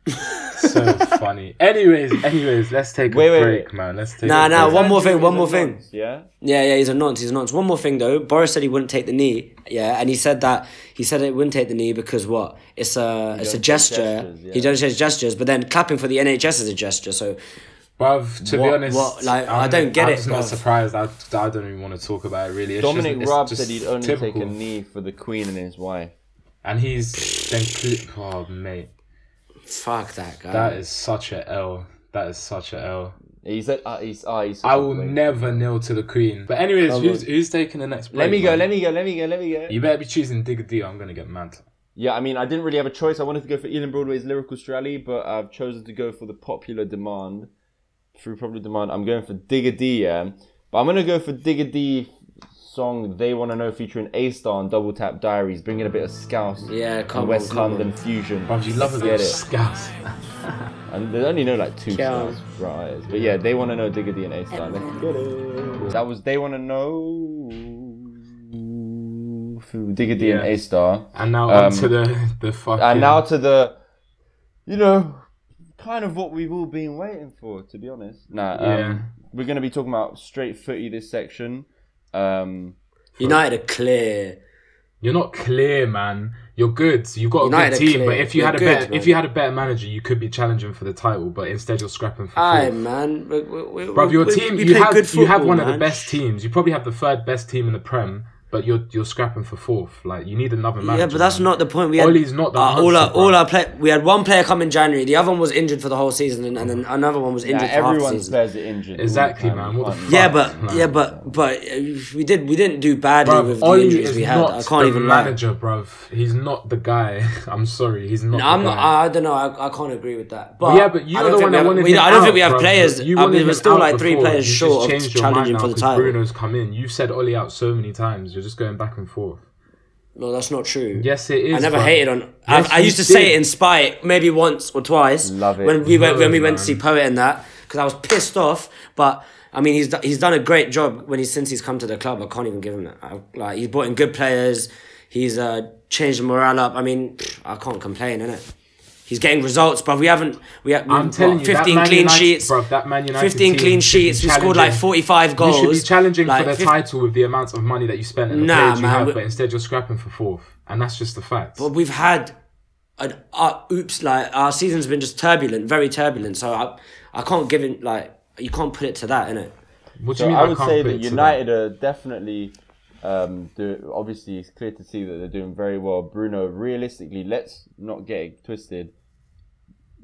B: So funny. Anyways, anyways, let's take
D: Wait,
B: a
D: wait,
B: break,
D: wait.
B: man. Let's take
C: Nah,
B: a
C: nah,
B: break.
C: one more
D: Andrew
C: thing, one
D: is a
C: more thing.
D: nonce, Yeah?
C: Yeah, yeah, he's a nonce. He's a nonce. One more thing though, Boris said he wouldn't take the knee. Yeah, and he said that he said it wouldn't take the knee because what? It's a it's a
D: does
C: gesture.
D: gestures, yeah.
C: He does his gestures, but then clapping for the NHS is a gesture. So
B: Bruv, to be
C: What-
B: honest,
C: what, like, I
B: I'm-
C: don't get
B: I'm
C: it,
B: just not
C: bruv.
B: surprised. I, I don't even want to talk about it, really. It's
D: Dominic
B: just, it's
D: Raab
B: just
D: said he'd only
B: typical.
D: take a knee for the Queen and his wife.
B: And he's then. Cle- oh, mate.
C: fuck that guy.
B: That is such a L. That is such a L.
D: He said, uh, he's, uh, he's
B: I will never kneel to the queen. But anyways, who's, who's taking the next break?
D: Let me go,
B: man?
D: let me go, let me go, let me go.
B: You better be choosing Digga D or I'm gonna get mad.
D: Yeah, I mean, I didn't really have a choice. I wanted to go for Elon Broadway's Lyrical Strally, but I've chosen to go for the popular demand. Through popular demand, I'm going for Digga D, yeah. But I'm going to go for Digga D song They Wanna Know featuring A Star and Double Tap Diaries, bringing a bit of scouse
C: Yeah, come
D: and
C: on,
D: West
C: come
D: London fusion.
B: Bruv, you love a
D: Let's
B: bit of
D: get it.
B: scouse.
D: And they only know like two
C: Yeah.
D: songs, right? But yeah, They Wanna Know Digga D and A Star. Let's get it. That was They Wanna Know. through Digga D and
B: Yeah.
D: A Star.
B: And now
D: Um,
B: on to the the fucking.
D: And now to the, you know, kind of what we've all been waiting for, to be honest. Nah, um,
B: Yeah.
D: we're going to be talking about straight footy this section. Um,
C: United are clear.
B: you're not clear, man. You're good. You've got a
C: United
B: good
C: are
B: team,
C: clear.
B: but if you
C: You're
B: had a
C: good,
B: better,
C: man.
B: if you had a better manager, you could be challenging for the title. But instead, you're scrapping for.
C: Aye,
B: fourth.
C: man. We, we, we,
B: Bruv, your
C: we-
B: team,
C: we
B: you
C: play
B: have
C: good
B: you have
C: football,
B: one of the
C: man.
B: best teams. You probably have the third best team in the Prem, but you're you're scrapping for fourth. Like you need another manager.
C: Yeah, but that's
B: man.
C: not the point. We
B: Ole's
C: had,
B: not the
C: uh, all
B: answer,
C: our
B: bro.
C: all our play, We had one player come in January. The other one was injured for the whole season, and, and then another one was
D: yeah,
C: injured for half the
D: everyone's
C: season.
D: players are injured. all the
B: Exactly,
D: time.
B: man.
D: You
B: What the
D: can't-
B: fuck?
C: Yeah,
B: Nah.
C: but yeah, but but uh, we did we didn't do badly
B: Bruv,
C: with
B: Ole
C: the injuries
B: is
C: we had.
B: not
C: I can't
B: the
C: even lie.
B: manager, bruv. He's not the guy. I'm sorry, he's not.
C: No,
B: the
C: I'm not.
B: guy.
C: I, I don't know. I, I can't agree with that. But
B: Well, yeah, but
C: I
B: you're
C: don't
B: the
C: think
B: one
C: we
B: that
C: have-
B: wanted
C: we-
B: him
C: I don't
B: out,
C: think we have
B: bruv.
C: players.
B: You
C: I
B: wanted
C: mean, we're
B: him
C: still
B: out
C: like three
B: before.
C: players
B: You just
C: short of
B: changed your mind
C: challenging
B: now
C: for the
B: 'cause
C: title.
B: Bruno's come in. You've said Oli out so many times. You're just going back and forth.
C: No, that's not true.
B: Yes, it is.
C: I never
B: bruv.
C: hated on.
B: Yes,
C: I, I
B: you
C: used to say
B: did.
C: it in spite, maybe once or twice.
D: Love it.
C: When we went
B: Love
C: when
B: it,
C: we went to
B: man.
C: see Poet and that because I was pissed off. But I mean, he's do- he's done a great job when he's since he's come to the club. I can't even give him that. I, like he's brought in good players. He's uh, changed the morale up. I mean, I can't complain, innit? He's getting results, but we haven't. We have,
B: I'm telling you, that
C: 15
B: Man
C: clean
B: United-
C: sheets.
B: bruv, that Man United
C: 15
B: team
C: clean
B: should be
C: sheets. We scored like
B: challenging.
C: 45
B: You
C: goals.
B: should be challenging
C: Like,
B: for the
C: 15
B: title with the amount of money that you spent and the
C: Nah,
B: players you
C: man,
B: have,
C: we-
B: but instead you're scrapping for fourth, and that's just the fact.
C: But we've had an uh, oops, like our season's been just turbulent, very turbulent. So I, I can't give it like you can't put it to that, innit?
B: What do
D: So
B: you mean?
D: I would
B: can't
D: say
B: put
D: that
B: it to
D: United are definitely. Um, do, obviously, it's clear to see that they're doing very well. Bruno, realistically, let's not get it twisted.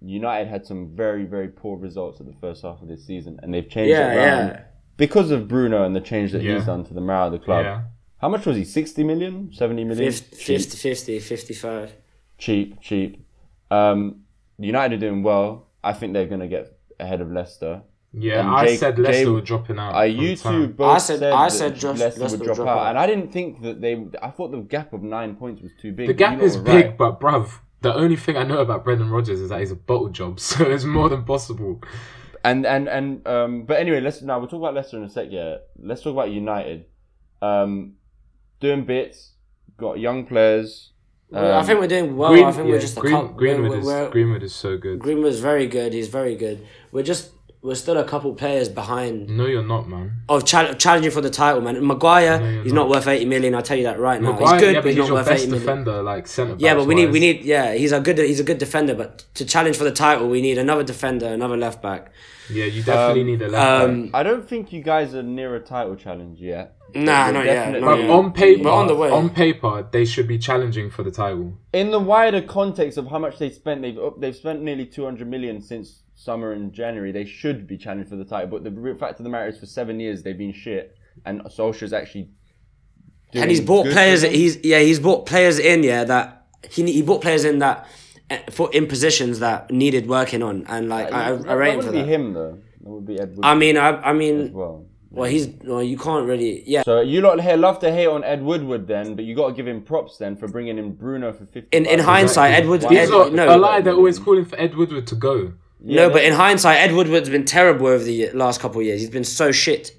D: United had some very, very poor results at the first half of this season, and they've changed it around because of Bruno and the change that
B: Yeah.
D: he's done to the morale of the club.
B: Yeah.
D: How much was he? 60 million? 70 million?
C: 50,
D: cheap,
C: 50, 50, 55.
D: cheap, cheap. Um, United are doing well. I think they're going to get ahead of Leicester.
B: Yeah,
D: And
B: I
D: Jake-
B: said Leicester
D: Jay-
B: were dropping out.
D: I
B: from
D: you two
B: time.
D: both
C: I said-
D: said,
C: I
D: that
C: said just-
D: Leicester
C: Leicester
D: would drop
C: drop
D: out.
C: out.
D: and I didn't think that they. I thought the gap of nine points was too big.
B: The
D: but you
B: gap
D: lot
B: is
D: were
B: big,
D: right.
B: but bruv, the only thing I know about Brendan Rodgers is that he's a bottle job, so it's more than possible.
D: And and and um, but anyway, let's now we'll talk about Leicester in a sec. Yeah, let's talk about United. Um, doing bits, got young players.
C: I
D: um,
C: think we're doing well. Oh, I think
B: yeah,
C: we're just a
B: Green-
C: couple.
B: Greenwood
C: we're,
B: is
C: we're-
B: Greenwood is so good.
C: Greenwood's very good. He's very good. We're just we're still a couple players behind
B: No, you're not, man.
C: of chal- challenging for the title, man. Maguire,
B: No, you're
C: he's not
B: not.
C: worth eighty million. I tell you that right now.
B: Maguire,
C: he's good,
B: yeah,
C: but he's,
B: your
C: not worth eighty
B: best
C: million.
B: defender, like centre
C: Yeah, but we need we need yeah. He's a good he's a good defender, but to challenge for the title, we need another defender, another left back.
B: Yeah, you definitely need a left back.
C: Um,
D: I don't think you guys are near a title challenge yet.
C: Nah,
D: We're
C: not yet,
D: definitely-
C: not
B: But
C: yeah.
B: on paper,
C: We're
B: on,
C: on the way.
B: paper, they should be challenging for the title.
D: in the wider context of how much they spent, they've up, they've spent nearly 200 million since summer and January. They should be challenging for the title, but the re- fact of the matter is, for seven years they've been shit, and Solskjaer's actually. doing
C: and he's bought
D: good
C: players.
D: for them.
C: He's yeah, he's bought players in yeah that he ne- he bought players in that eh, for in positions that needed working on, and like I, I, I
D: That
C: rate him for
D: wouldn't
C: that.
D: be
C: Um,
D: him though. That would be Edward
C: I mean, I I
D: as
C: mean,
D: well.
C: Well, he's well, you can't really. Yeah,
D: So you lot here love to hate on Ed Woodward then, but you got to give him props then for bringing in Bruno for fifty.
C: In- in hindsight, Ed Woodward-
B: He's
C: Ed-
B: not a
C: no.
B: lie. They're always calling for Ed Woodward to go.
C: no, but in hindsight, Ed Woodward's been terrible over the ye- last couple of years. He's been so shit.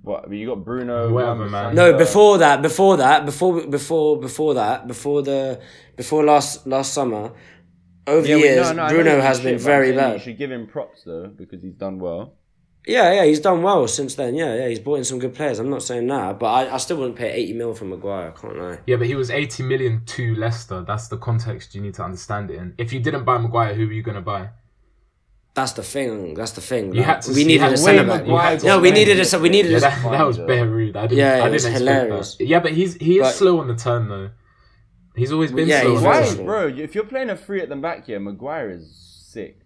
D: What, you got Bruno. um,
B: Whatever,
D: Wan-Bissaka.
B: man.
C: No, before that, before that, before before before that, before the before last last summer, over
D: Yeah,
C: the
D: we-
C: years,
D: no, no, I know
C: Bruno
D: he's
C: has
D: shit,
C: been
D: but I'm
C: very
D: saying You
C: bad.
D: should give him props though because he's done well.
C: Yeah, yeah, he's done well since then. Yeah, yeah, he's brought in some good players. I'm not saying that, but I, I still wouldn't pay eighty mil for Maguire. I can't lie.
B: Yeah, but he was 80 million to Leicester. That's the context you need to understand it in. If you didn't buy Maguire, who were you going to buy?
C: That's the thing. That's the thing.
B: You
C: like,
B: had to
C: we
B: see-
C: needed
B: you
C: a
B: had
C: centre
B: to-
C: back.
B: you had to
C: No, we
B: see-
C: needed a ce- we needed
B: Yeah,
C: a
B: that, that was
D: Fine,
B: bare rude. I didn't,
C: Yeah, it
B: I didn't
C: was
B: expect
C: hilarious.
B: that. Yeah, but he's he is
C: But-
B: slow on the turn though. He's always been
C: Yeah,
B: slow.
C: he's
B: on the
D: Why,
C: Why?
B: turn.
D: bro? If you're playing a three at the back here, Maguire is sick.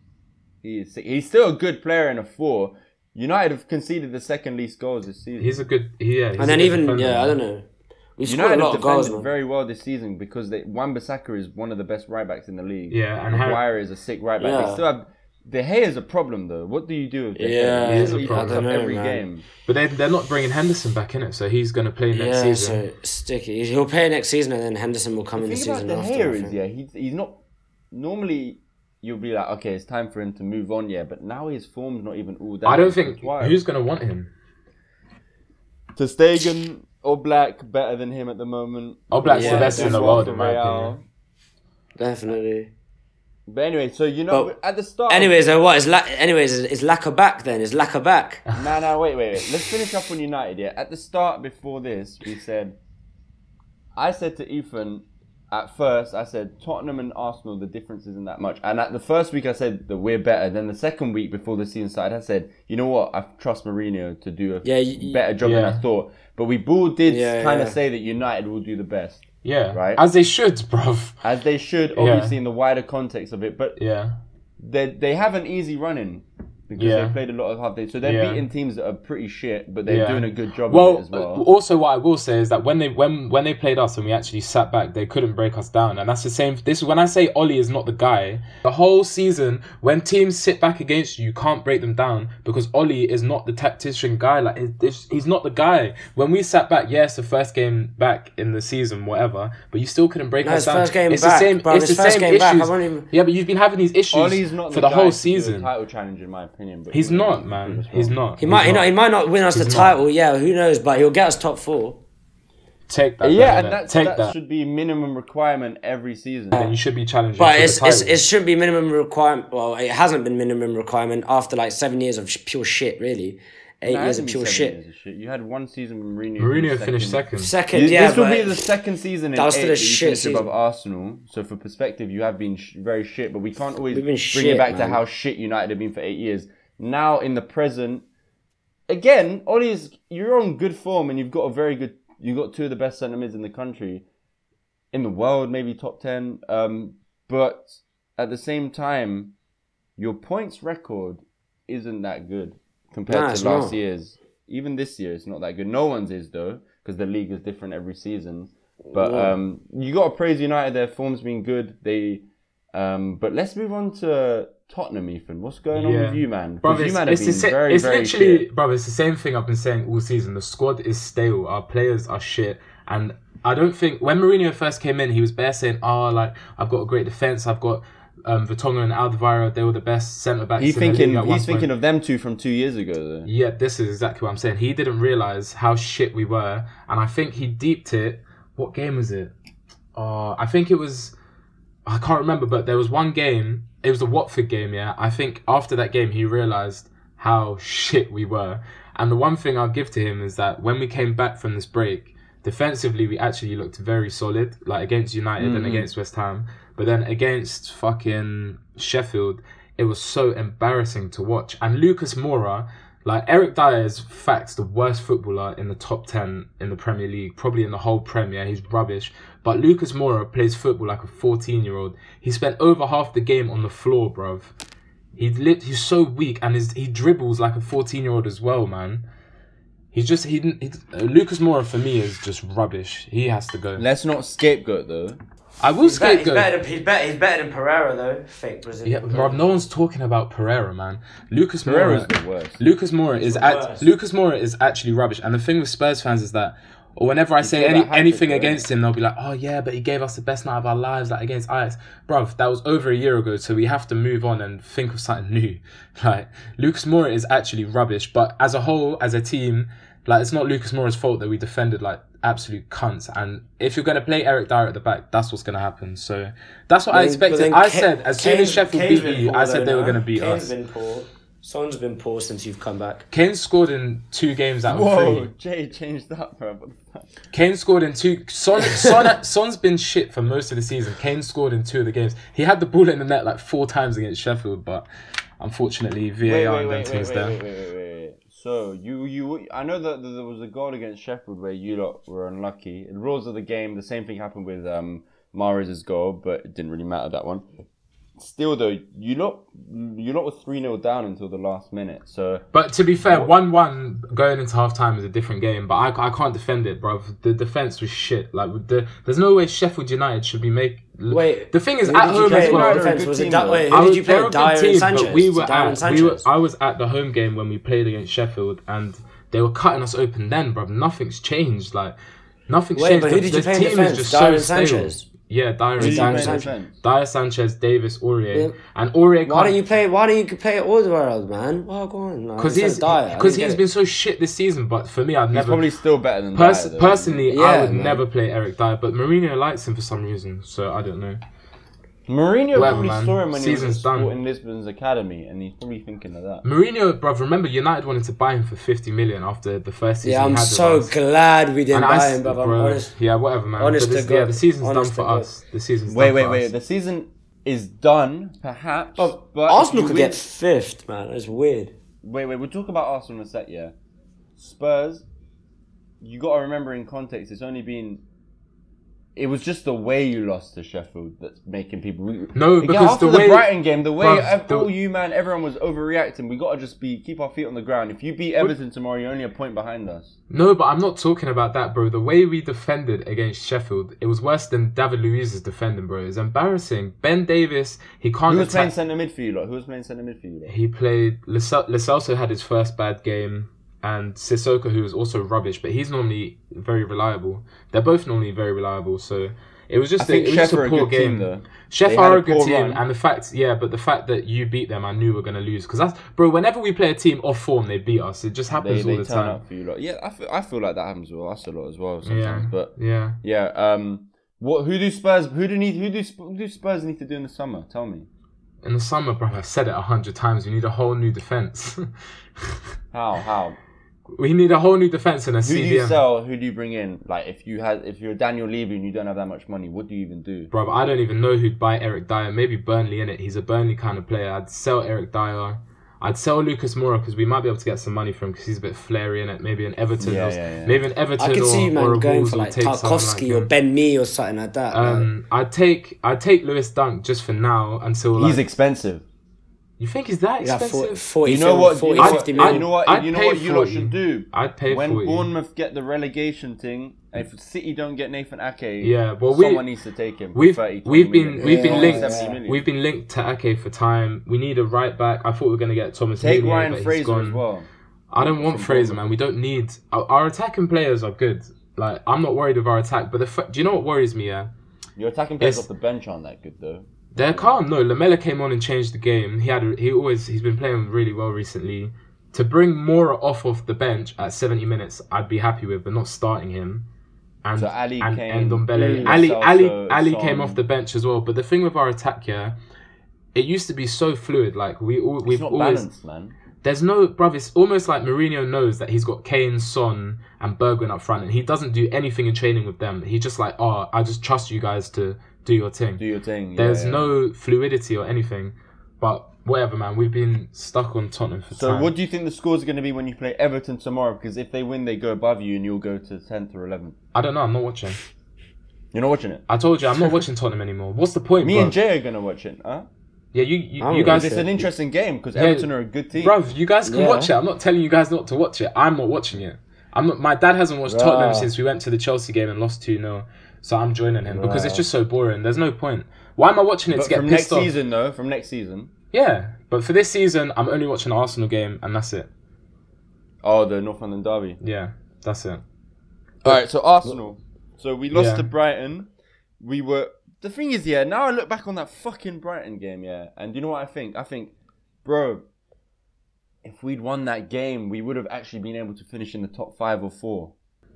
D: He is sick. He's still a good player in a four. United have conceded the second least goals this season.
B: He's a good. He, yeah, he's
C: and then
B: a good
C: even
B: defender,
C: yeah, I
B: man.
C: don't know. We scored a
D: United have
C: lot of
D: defended
C: goals, man.
D: very well this season because they, Wan-Bissaka is one of the best right backs in the league.
B: Yeah, and Harry-
D: Maguire is a sick right back.
C: Yeah.
D: They still have De Gea is a problem though. What do you do with De Gea?
C: Yeah,
D: He
B: He is a
D: fucks
B: problem.
D: up
C: I don't know,
D: every
C: man.
D: game.
B: But they're, they're not bringing Henderson back in it, so he's going to play next
C: yeah,
B: season.
C: so sticky. He'll play next season, and then Henderson will come in the
D: Think about
C: season
D: De
C: after. I
D: Gea is
C: think.
D: yeah. He, he's not normally. You'll be like, okay, it's time for him to move on, yeah. But now his form's not even all that.
B: I don't think
D: Maguire-
B: who's going to want him.
D: To Stegen or Black better than him at the moment.
B: Oblak's
C: Yeah,
B: the best in the
D: That's
B: world,
D: for
B: in my
D: Real.
B: opinion.
C: Definitely.
D: But anyway, so you know,
C: But-
D: at the start.
C: Anyways, uh, what is la- anyways is, is Laka back then? Is Laka back?
D: No, no, wait, wait, wait. Let's finish up on United, yeah. At the start before this, we said. I said to Ethan, at first, I said Tottenham and Arsenal, the difference isn't that much. And at the first week, I said that we're better. Then the second week before the season started, I said, you know what? I trust Mourinho to do a
C: Yeah, y-
D: better job than
B: Yeah.
D: I thought. But we all did
C: Yeah,
D: kind of
C: yeah.
D: say that United will do the best.
B: Yeah,
D: Right.
B: As they should, bruv.
D: As they should, obviously, in the wider context of it. But
B: Yeah,
D: they they have an easy run in because
B: Yeah.
D: they played a lot of half days. So they're
B: Yeah.
D: beating teams that are pretty shit, but they're
B: yeah.
D: doing a good job
B: Well,
D: of it as well.
B: uh, also what I will say is that when they when when they played us and we actually sat back, they couldn't break us down, and that's the same. This is when I say Ollie is not the guy. The whole season, when teams sit back against you, you can't break them down because Ollie is not the tactician guy. Like he's- he's, he's not the guy. When we sat back, yes, the first game back in the season, whatever, but you still couldn't break
C: No,
B: us
C: his
B: down.
C: first game
B: it's
C: back,
B: the same.
C: bro,
B: it's
C: his
B: the
C: first
B: same
C: game back, I
B: issues.
C: won't even-
B: Yeah, but you've been having these issues
D: Ollie's not
B: for
D: the,
B: the
D: guy
B: whole
D: to do a
B: season.
D: title challenge, in my opinion. But
B: He's
D: he-
B: not, man. He's not.
C: He might, he, not, he might not win us the
B: He's not.
C: title. Yeah, who knows? But he'll get us top four.
B: Take that.
D: Yeah,
B: Benedict.
D: and that's,
B: take
D: that,
B: that.
D: should be minimum requirement every season.
B: then you should be challenging. for
C: But
B: the
C: it's, it's,
B: title.
C: it shouldn't be minimum requirement. Well, it hasn't been minimum requirement after like seven years of sh- pure shit, really. Eight
D: It
C: years
D: hasn't
C: of
D: been
C: pure shit.
D: seven years of shit. You had one season with Mourinho.
B: Mourinho
D: finished
B: finished second.
C: Second,
D: You-
C: yeah,
D: this will
C: but
D: be the second season in
C: That was
D: eight
C: still a
D: that you
C: shit
D: finished above
C: season.
D: Arsenal. So for perspective, you have been sh- very shit, but we can't always
C: We've been
D: bring
C: shit,
D: it back to
C: man.
D: how shit United have been for eight years. Now in the present, again, Ollie's you're on good form and you've got a very good. You've got two of the best centre mids in the country, in the world, maybe top ten. Um, but at the same time, your points record isn't that good compared
C: Nah,
D: to
C: it's
D: last
C: not.
D: year's. Even this year, it's not that good. No one's is though, because the league is different every season. But um, you got to praise United. Their form's been good. They, um, but let's move on to Tottenham. Ethan, what's going on
B: Yeah.
D: with you, man?
B: Bruv,
D: Because you,
B: it's,
D: man, have
B: it's, the
D: been
B: sa-
D: very,
B: it's
D: very
B: literally,
D: shit.
B: bruv, it's the same thing I've been saying all season. The squad is stale. Our players are shit. And I don't think, when Mourinho first came in, he was bare saying, oh, like, I've got a great defence. I've got um, Vertonghen and Alvaro. They were the best centre backs
D: He's
B: in the league
D: thinking.
B: at one
D: He's
B: point.
D: thinking of them two from two years ago. Though.
B: Yeah, this is exactly what I'm saying. He didn't realize how shit we were, and I think he deeped it. What game was it? Uh, I think it was. I can't remember, but there was one game. It was the Watford game. Yeah, I think after that game he realized how shit we were. And the one thing I'll give to him is that when we came back from this break, defensively we actually looked very solid, like against United and against West Ham. But then against fucking Sheffield, it was so embarrassing to watch. And Lucas Moura, like Eric Dyer is facts the worst footballer in the top ten in the Premier League, probably in the whole Premier. He's rubbish. But Lucas Moura plays football like a fourteen year old. He spent over half the game on the floor, bruv. He lit, he's so weak and his, he dribbles like a fourteen year old as well, man. He's just he, didn't- he uh, Lucas Moura for me is just rubbish. He has to go.
D: Let's not scapegoat though.
B: I will
C: He's better, he's,
B: scapegoat.
C: better than, he's, better, he's better than Pereira, though. Fake Brazilian.
B: Yeah, Rob, no one's talking about Pereira, man. Lucas
D: Pereira's
B: Moura.
D: the worst.
B: Lucas Moura is
C: the
B: act,
C: worst.
B: Lucas Moura is actually rubbish. And the thing with Spurs fans is that whenever I say
D: gave
B: any,
D: that hat-trick,
B: anything
D: though,
B: against him, they'll be like, "Oh yeah, but he gave us the best night of our lives, like against Ajax." Bruv, that was over a year ago, so we have to move on and think of something new. Like Lucas Moura is actually rubbish, but as a whole, as a team, like it's not Lucas Moura's fault that we defended like absolute cunts. And if you're gonna play Eric Dyer at the back, that's what's gonna happen. So that's what I
C: But
B: expected.
C: then
B: I
C: Ca-
B: said as soon as
C: Kane-
B: Sheffield
C: Kane's
B: beat
C: been
B: you,
C: poor,
B: I said
C: though,
B: they were
C: no?
B: gonna beat
C: Kane's
B: us.
C: been poor. Son's been poor since you've come back.
B: Kane scored in two games out of
D: Whoa,
B: three.
D: Jay changed up, bro. What the fuck?
B: Kane scored in two. Son, Son, Son's been shit for most of the season. Kane scored in two of the games. He had the ball in the net like four times against Sheffield, but unfortunately VAR
D: Wait, wait, wait,
B: invented
D: wait,
B: was
D: wait,
B: there.
D: wait, wait, wait, wait. So you, you, I know that there was a goal against Sheffield where you lot were unlucky. The rules of the game, the same thing happened with um, Mahrez's goal, but it didn't really matter that one. Still though, you lot, you lot were three 0 down until the last minute. So
B: But to be fair, one-one going into halftime is a different game. But I, I can't defend it, bro. The defense was shit. Like with the, there's no way Sheffield United should be make.
C: Wait,
B: the thing is
C: who
B: at
C: did you
B: home
C: play
B: as
C: in
B: well.
C: our defense?
D: They're a
C: Was
D: good
C: it
D: team,
C: Di-
D: though.
C: wait,
B: I
C: who
B: was-
C: did you play?
B: they were
C: with?
B: a good
C: Dyer
B: team,
C: and
B: but
C: Sanchez.
B: We were
C: Dyer and
B: at, we
C: Sanchez.
B: were, I was at the home game when we played against Sheffield, and they were cutting us open then, bruv. Nothing's changed. Like nothing's
C: Wait,
B: changed.
C: but who did you play in
B: team
C: defence?
B: is just
C: Dyer and
B: so stable.
C: Sanchez?
B: Yeah, Dyer and
D: Who did you play in
B: Sanchez.
D: defence?
B: Dyer Sanchez, Davis, Aurier,
C: Yeah.
B: and Aurier.
C: Why don't you play? Why don't you play Alderweireld, man? Well, go on.
B: Because he's because he's been so shit this season. But for me, I've
D: he's
B: never.
D: probably still better than
B: Pers-
D: Dyer, though.
B: personally, I
C: Yeah,
B: would
C: man.
B: never play Eric Dyer, but Mourinho likes him for some reason, so I don't know.
D: Mourinho
B: Whatever,
D: probably
B: man.
D: saw him when he
B: Season's
D: was at
B: done.
D: Sporting Lisbon's academy, and he's probably thinking of that.
B: Mourinho, bruv, remember United wanted to buy him for 50 million after the first season.
C: Yeah,
B: he
C: I'm
B: had with
C: so
B: us.
C: glad we
B: And
C: didn't
B: I
C: buy
B: s-
C: him, but I'm
B: bro,
C: honest.
B: Yeah, whatever, man.
C: honest
B: But this-
C: to
B: yeah,
C: God.
B: the season's
C: Honest
B: done for
C: to God.
B: us. The season's
D: Wait,
B: done
D: wait,
B: for
D: wait.
B: us.
D: The season is done, perhaps. but
C: Arsenal
D: you
C: could
D: win-
C: get fifth, man. It's weird.
D: Wait, wait, we'll talk about Arsenal in a sec, yeah. Spurs, you got to remember in context, it's only been. It was just the way you lost to Sheffield that's making people.
B: No,
D: Again,
B: because
D: after
B: the
D: the
B: way-
D: Brighton game, the way
B: Bruv,
D: ev-
B: the-
D: all you man, everyone was overreacting. We got to just be keep our feet on the ground. If you beat Everton tomorrow, you're only a point behind us.
B: No, but I'm not talking about that, bro. The way we defended against Sheffield, it was worse than David Luiz's defending, bro. It's embarrassing. Ben Davis, he can't
D: Who was playing
B: attack.
D: centre mid for you lot? Who was playing centre mid for you lot?
B: He played. Lacelso had his first bad game, and Sissoko, who is also rubbish, but he's normally very reliable. They're both normally very reliable, so it was just, a,
D: think
B: it was just
D: Sheffield
B: a
D: are a
B: poor
D: good
B: game.
D: team, though.
B: Chef
D: They had
B: are
D: a
B: a good
D: poor
B: team,
D: run.
B: and the fact, yeah, but the fact that you beat them, I knew we are gonna lose. Because that's bro. Whenever we play a team off form, they beat us. It just
D: They,
B: happens
D: they
B: all the
D: turn
B: time.
D: up for you lot. Yeah, I feel, I feel like that happens with us a lot as well sometimes.
B: Yeah,
D: But
B: yeah.
D: Yeah. Um. What? Who do Spurs? Who do need? Who do? Sp- Who do Spurs need to do in the summer? Tell me.
B: In the summer, bro, I've said it a hundred times. We need a whole new defense.
D: How? How?
B: we need a whole new defense in a
D: Who do you
B: CDM.
D: sell? Who do you bring in? Like, if you had, if you're Daniel Levy and you don't have that much money, what do you even do?
B: Bro, I don't even know who'd buy Eric Dyer. Maybe Burnley in it. He's a Burnley kind of player. I'd sell Eric Dyer. I'd sell Lucas Moura because we might be able to get some money from because he's a bit flary in it. Maybe an Everton,
D: Yeah,
B: or-
D: yeah, yeah.
B: maybe an
C: I
B: Everton
C: could
B: or,
C: see you,
B: or
C: man,
B: a
C: going
B: Wolves
C: for
B: will
C: like
B: take someone
C: Tarkovsky
B: like
C: or
B: him.
C: Ben Mee or something like that. man.
B: Um, I'd take I'd take Lewis Dunk just for now until like,
D: He's expensive.
B: you think he's that
C: You got
B: expensive?
C: four- 40,
D: You know what?
C: 40,
D: you know
C: 50
B: million.
D: what? You
C: million.
D: know what?
B: I'd
D: you know
B: pay
D: what? You lot
B: 40.
D: should do.
B: I'd pay
D: when
B: forty.
D: Bournemouth get the relegation thing, if City don't get Nathan Ake,
B: Yeah, well, we-
D: someone needs to take him. for
B: We've
D: 30, 20
B: we've been
D: million.
B: we've been
C: Yeah,
B: linked
D: 70 million.
B: we've been linked to Ake for time. We need a right back. I thought we were gonna get Thomas.
D: take
B: Mealy, but
D: Ryan
B: he's
D: Fraser
B: gone.
D: as well.
B: I don't want
D: from
B: Fraser,
D: Bournemouth.
B: man. We don't need our, our attacking players are good. Like I'm not worried of our attack, but the f- do you know what worries me? Yeah,
D: Your attacking players
B: Yes.
D: off the bench aren't that good though.
B: they're calm. No, Lamella came on and changed the game. He had a, he always he's been playing really well recently. To bring Mora off off the bench at 70 minutes, I'd be happy with, but not starting him. And
D: So Ali
B: and,
D: came,
B: and Ndombele.
D: Mm.
B: Ali
D: Lo
B: Ali
D: Celso,
B: Ali
D: Son.
B: came off the bench as well. But the thing with our attack, yeah, it used to be so fluid. Like we all
D: It's
B: we've
D: not
B: always
D: balanced, man.
B: There's no, bruv, it's almost like Mourinho knows that he's got Kane, Son, and Bergwijn up front, and he doesn't do anything in training with them. He's just like, oh, I just trust you guys to do your thing.
D: Do your thing. yeah,
B: There's
D: yeah.
B: no fluidity or anything, but whatever, man. We've been stuck on Tottenham for
D: So,
B: time.
D: what do you think the scores are going to be when you play Everton tomorrow? Because if they win, they go above you, and you'll go to tenth or eleventh.
B: I don't know. I'm not watching.
D: You're not watching it.
B: I told you, I'm not watching Tottenham anymore. What's the point,
D: Me
B: bruv?
D: and Jay are going to watch it. Huh?
B: yeah, you, you,
C: I'm
B: you guys.
C: watching
D: It's an interesting game because
B: Yeah.
D: Everton are a good team.
B: Bruv, you guys can
C: Yeah.
B: watch it. I'm not telling you guys not to watch it. I'm not watching it. I'm not, my dad hasn't watched Tottenham
C: Bruh.
B: since we went to the Chelsea game and lost 2 0. So I'm joining him because it's just so boring. There's no point. Why am I watching it
D: But
B: to get
D: from next
B: pissed off?
D: season, though, from next season,
B: Yeah, but for this season, I'm only watching Arsenal game, and that's it.
D: oh, the North London derby.
B: Yeah, that's it.
D: All right, so Arsenal. So we lost
B: Yeah.
D: to Brighton. We were. The thing is, yeah. Now I look back on that fucking Brighton game, yeah, and you know what I think? I think, bro, if we'd won that game, we would have actually been able to finish in the top five or four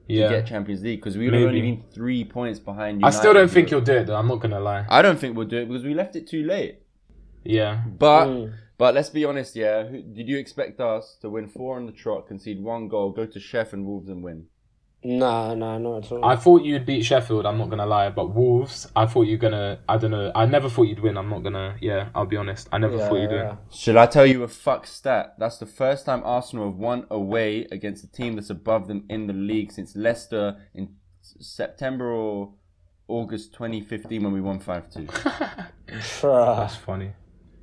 B: Yeah,
D: to get Champions League because we would have only
B: Maybe.
D: been three points behind.
B: I still don't
D: United.
B: think you'll do it though. I'm not gonna lie.
D: I don't think we'll do it because we left it too late.
B: Yeah,
D: But
C: Mm.
D: but let's be honest, yeah. Who, did you expect us to win four on the trot, concede one goal, go to Chef and Wolves and win?
C: No, no, not at all.
B: I thought you'd beat Sheffield. I'm not gonna lie, but Wolves. I thought you're gonna. I don't know. I never thought you'd win. I'm not gonna. Yeah, I'll be honest. I never thought you'd win.
D: Should I tell you a fuck stat? That's the first time Arsenal have won away against a team that's above them in the league since Leicester in S- September or August 2015 when we won 5 2.
C: Bruh.
B: That's funny.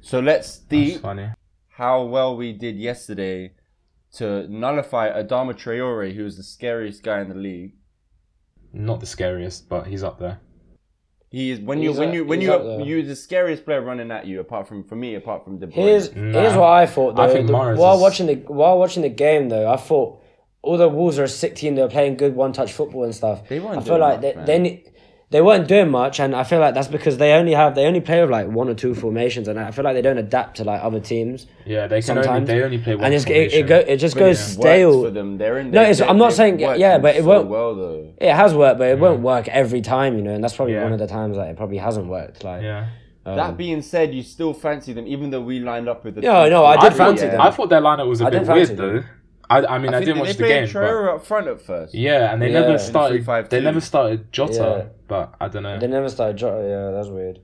D: so let's
B: That's
D: see
B: funny.
D: how well we did yesterday to nullify Adama Traore, who is the scariest guy in the league.
B: Not the scariest, but he's up there.
D: He is when you
C: He's
D: when
C: up-
D: you when
C: he's
D: you
C: up there.
D: you're the scariest player running at you apart from for me apart from De Bruyne.
C: Here's
B: Nah.
C: here's what I thought though.
B: I think
C: The-
B: Mahrez
C: while
B: is-
C: watching the while watching the game though, I thought although Wolves are a sick team, they were playing good one touch football and stuff.
D: They weren't
C: I feel
D: doing
C: like
D: much,
C: they
D: man.
C: they ne- they weren't doing much, and I feel like that's because they only have they only play with like one or two formations, and I feel like they don't adapt to like other teams.
B: Yeah, they can only
C: Sometimes
B: they only play one.
C: and it's, it, it
B: formation.
C: go it just
D: But it
C: goes
D: worked
C: stale.
D: for them. They're in
C: No,
D: their-
C: it's-
D: they-
C: I'm not
D: they've
C: saying- yeah,
D: worked
C: yeah,
D: them
C: but it
D: so
C: won't-
D: well though.
C: It has worked, but it won't work every time, you know, and that's probably
B: Yeah.
C: one of the times that it probably hasn't worked. Like,
B: Yeah.
D: That being said, you still fancy them, even though we lined up with the.
C: Um, Yeah, I know, I
B: I
C: did fancy
B: thought,
C: them.
B: I thought their lineup was a
C: I
B: bit
C: did fancy
B: weird though. I, I mean, I, didn't watch the game. but-
D: Traore up front at first.
B: Yeah, and they
C: Yeah.
B: never
D: Three,
B: started.
D: five,
B: they
D: two.
B: never started Jota,
C: Yeah.
B: but I don't know.
C: They never started. Jota. Yeah, that's weird.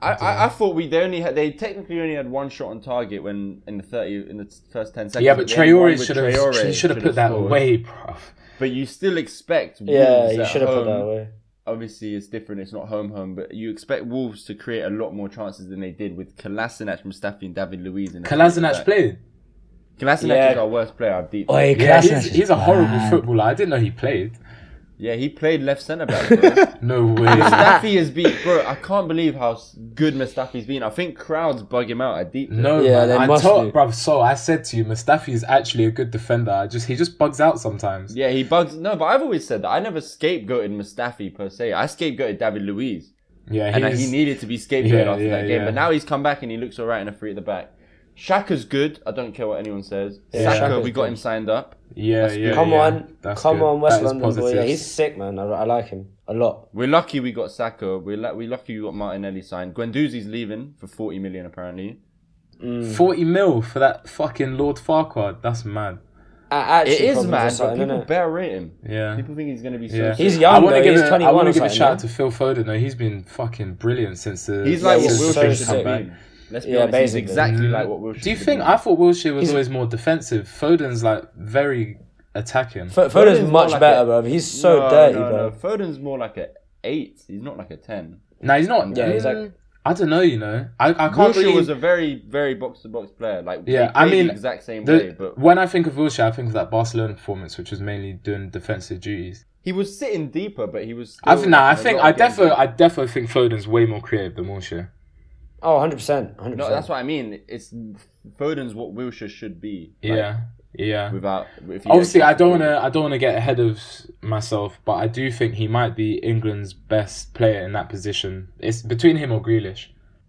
D: I, I, I thought we they only had they technically only had one shot on target when in the thirty in the first ten seconds.
B: yeah, but
D: they had one
B: Traore
D: with
B: should have
D: Traore
B: he should have
D: should've
B: put that
D: scored.
B: away, bruv.
D: But you still expect.
C: Yeah,
D: Wolves
C: you
D: at
C: should have put that
D: home-
C: away.
D: Obviously, it's different. It's not home home, but you expect Wolves to create a lot more chances than they did with Kolasinac, Mustafi, and David Luiz. in the
B: Kolasinac
D: back.
B: played.
D: Kolasinac
C: Yeah. Oh.
D: is our worst player. I've deep.
C: Oi,
B: Yeah,
C: Kolasinac
B: he's,
C: is
B: he's a horrible
C: bad.
B: footballer. I didn't know he played.
D: Yeah, he played left centre back. bro.
B: No way.
D: Mustafi has been, bro. I can't believe how s- good Mustafi's been. I think crowds bug him out at deep.
B: No,
C: Yeah,
B: man.
C: they
B: I
C: must
B: told,
C: do.
B: bruv, so I said to you, Mustafi is actually a good defender. I just he just bugs out sometimes.
D: Yeah, he bugs. No, but I've always said that. I never scapegoated Mustafi per se. I scapegoated David Luiz,
B: Yeah,
D: and that
B: he's-
D: he needed to be scapegoated
B: Yeah,
D: after
B: yeah,
D: that game.
B: yeah.
D: But now he's come back and he looks alright in a three at the back. Shaka's good. I don't care what anyone says.
C: Yeah,
D: Saka,
C: Shaka's
D: we got
C: good.
D: him signed up.
B: yeah, yeah.
C: Come
B: yeah.
C: on,
B: That's
C: come
B: good.
C: on, West
B: That is
C: London boy. Yeah,
B: positive.
C: he's sick, man. I, I like him a lot.
D: We're lucky we got Saka. We're lu- we're lucky we got Martinelli signed. Guendouzi's leaving for forty million apparently. Mm.
B: forty mil for that fucking Lord Farquaad. That's mad.
C: I, actually,
D: It is
C: probably
D: mad,
C: just
D: but
C: something,
D: people
C: innit?
D: bear rate him.
B: Yeah.
D: People think he's going to be so.
B: Yeah.
D: soon.
C: He's young,
B: I want to
C: though.
B: give
C: He's
B: a, I
C: 21
B: want to
C: or
B: give a
C: something,
B: shout out to
C: no?
B: Phil Foden. though. he's been fucking brilliant since the.
D: He's like
C: Yeah,
D: what
C: he's so
D: Wilshere should
C: sick.
D: have been. Let's be
C: Yeah,
D: honest,
C: basically.
D: he's exactly like what Wilshere.
B: Do you
D: should
B: think?
D: be.
B: I thought Wilshere was always more defensive. Foden's like very attacking.
C: F-
D: Foden's
C: Foden's
D: more
C: much
D: like
C: better,
D: a-
C: bro. He's so
D: No,
C: dirty,
D: no,
C: bro.
D: no. Foden's more like a eight. He's not like a ten.
B: No, he's not.
C: Yeah, he's
B: Mm,
C: like-
B: I don't know. You know, I, I can't
D: Wilshere
B: really.
D: was a very, very box to box player. Like he
B: Yeah, I
D: played the
B: mean,
D: exact same
B: the-
D: way, but
B: when I think of Wilshere, I think of that Barcelona performance, which was mainly doing defensive duties.
D: he was sitting deeper, but he was. Still
B: I think. Nah, I
D: in a
B: think.
D: lot
B: I
D: of games.
B: defo. I defo think Foden's way more creative than Wilshere.
C: Oh, 100 percent, hundred
D: No, that's
C: percent.
D: what I mean. It's Foden's what Wilshere should be. like,
B: yeah, yeah.
D: Without, if he
B: Obviously, I don't want
D: know.
B: to. I don't want to get ahead of myself, but I do think he might be England's best player in that position. It's between him or Grealish.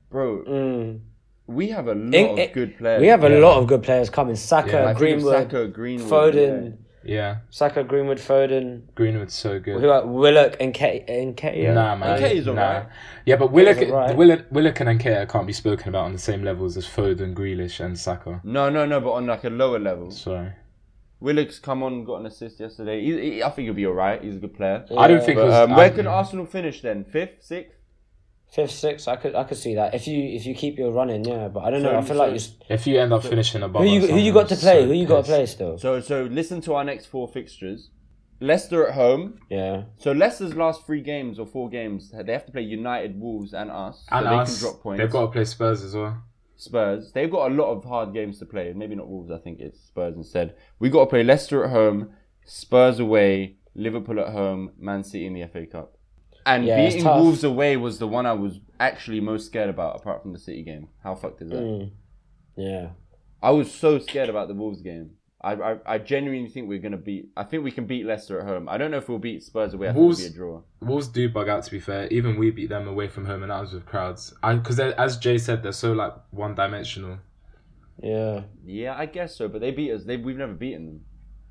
D: Bro,
C: Mm.
D: we have a lot
C: In- in-
D: of good players.
C: We have a
B: Yeah.
C: lot of good players coming: Saka,
B: Yeah.
D: Like, think of
C: Greenwood,
D: Saka, Greenwood,
C: Foden,
D: yeah.
B: Yeah,
C: Saka, Greenwood, Foden.
B: Greenwood's so good.
C: Who are Willock and K and K?
B: Nah, man.
D: Nke's
B: nah.
D: alright.
B: Yeah, but Willock,
C: alright.
B: Willock, Willock and Nketiah can't be spoken about on the same levels as Foden, Grealish, and Saka.
D: No, no, no, but on like a lower level.
B: Sorry,
D: Willock's come on, got an assist yesterday. He, he, I think he'll be all right. He's a good player.
B: I don't think.
D: But,
B: it was,
D: um, where
B: I-
D: can Arsenal finish then? Fifth, sixth?
C: Fifth, sixth, I could, I could see that if you if you keep your running, yeah. But I don't know.
D: So-
C: I feel
D: so-
C: like you. s-
B: if you end up finishing above,
C: Who you
B: us,
C: who you
B: I'm
C: got to play?
B: so
C: who you got to
B: pissed.
C: play still?
D: So, so listen to our next four fixtures. Leicester at home.
C: yeah.
D: So Leicester's last three games or four games, they have to play United, Wolves, and us. So
B: And
D: they
B: us,
D: can drop points.
B: they've got to play Spurs as well.
D: Spurs. They've got a lot of hard games to play. Maybe not Wolves. I think it's Spurs instead. We got to play Leicester at home, Spurs away, Liverpool at home, Man City in the FA Cup. And
C: Yeah, it's
D: beating
C: tough.
D: Wolves away was the one I was actually most scared about, apart from the City game. How fucked is that?
C: Mm. Hmm. Yeah.
D: I was so scared about the Wolves game. I, I, I genuinely think we're gonna beat. I think we can beat Leicester at home. I don't know if we'll beat Spurs away. I think
B: Wolves-
D: it'll be a draw.
B: Wolves do bug out. To be fair, even we beat them away from home, and that was with crowds. I because as Jay said, they're so like one dimensional.
C: Yeah.
D: Yeah, I guess so. But they beat us. They we've never beaten them.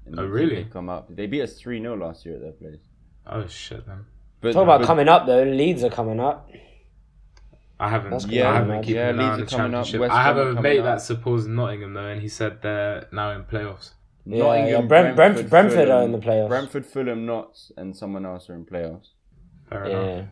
D: And
B: Oh,
D: they-
B: really?
D: They come up. They beat us three 0 last year at their place.
B: Oh shit, then
D: But
C: Talk about
D: but-
C: coming up though. Leeds are coming up.
B: I haven't.
C: That's
B: yeah,
C: cool,
B: I haven't
C: man.
B: been keeping
D: Yeah,
B: an eye
D: Leeds
B: on
D: are
B: the
D: coming up,
B: championship.
D: West
B: I have
D: Brom are
B: a
D: coming
B: mate
D: up.
B: that supports Nottingham though, and he said they're now in playoffs.
C: Yeah,
D: Nottingham,
C: yeah, Brent- Brentford- Brentford are
D: Fulham-
C: in the playoffs.
D: Brentford, Fulham, Notts, and someone else are in playoffs.
B: Fair enough.
C: Yeah.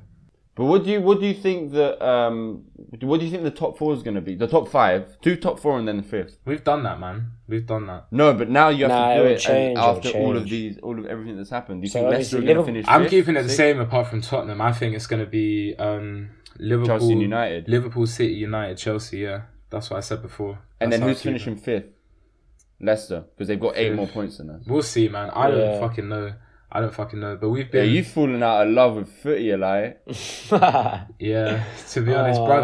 D: But what do you what do you think the um what do you think the top four is going to be? The top five, two top four, and then the fifth.
B: We've done that, man. We've done that.
D: No, but now you have
C: Nah,
D: to do
C: it'll
D: it
C: change, it'll
D: after all of
C: change.
D: these, all of everything that's happened. Do you
C: So
D: think Leicester
C: obviously
D: are going to
C: Liverpool-
D: finish?
B: I'm
D: fifth,
B: keeping it the
D: sixth?
B: same apart from Tottenham. I think it's going to be um, Liverpool,
D: Chelsea and United.
B: Liverpool, City, United, Chelsea. Yeah, that's what I said before.
D: And
B: That's
D: then
B: how I
D: who's
B: keep it.
D: finishing fifth? Leicester, because they've got eight
B: Fifth.
D: more points than us.
B: We'll see, man. I
C: Yeah.
B: don't fucking know. I don't fucking know. But we've
D: Yeah,
B: been, yeah.
D: you've fallen out of love with footy, a lie.
B: to be honest,
C: Aw,
B: bruv,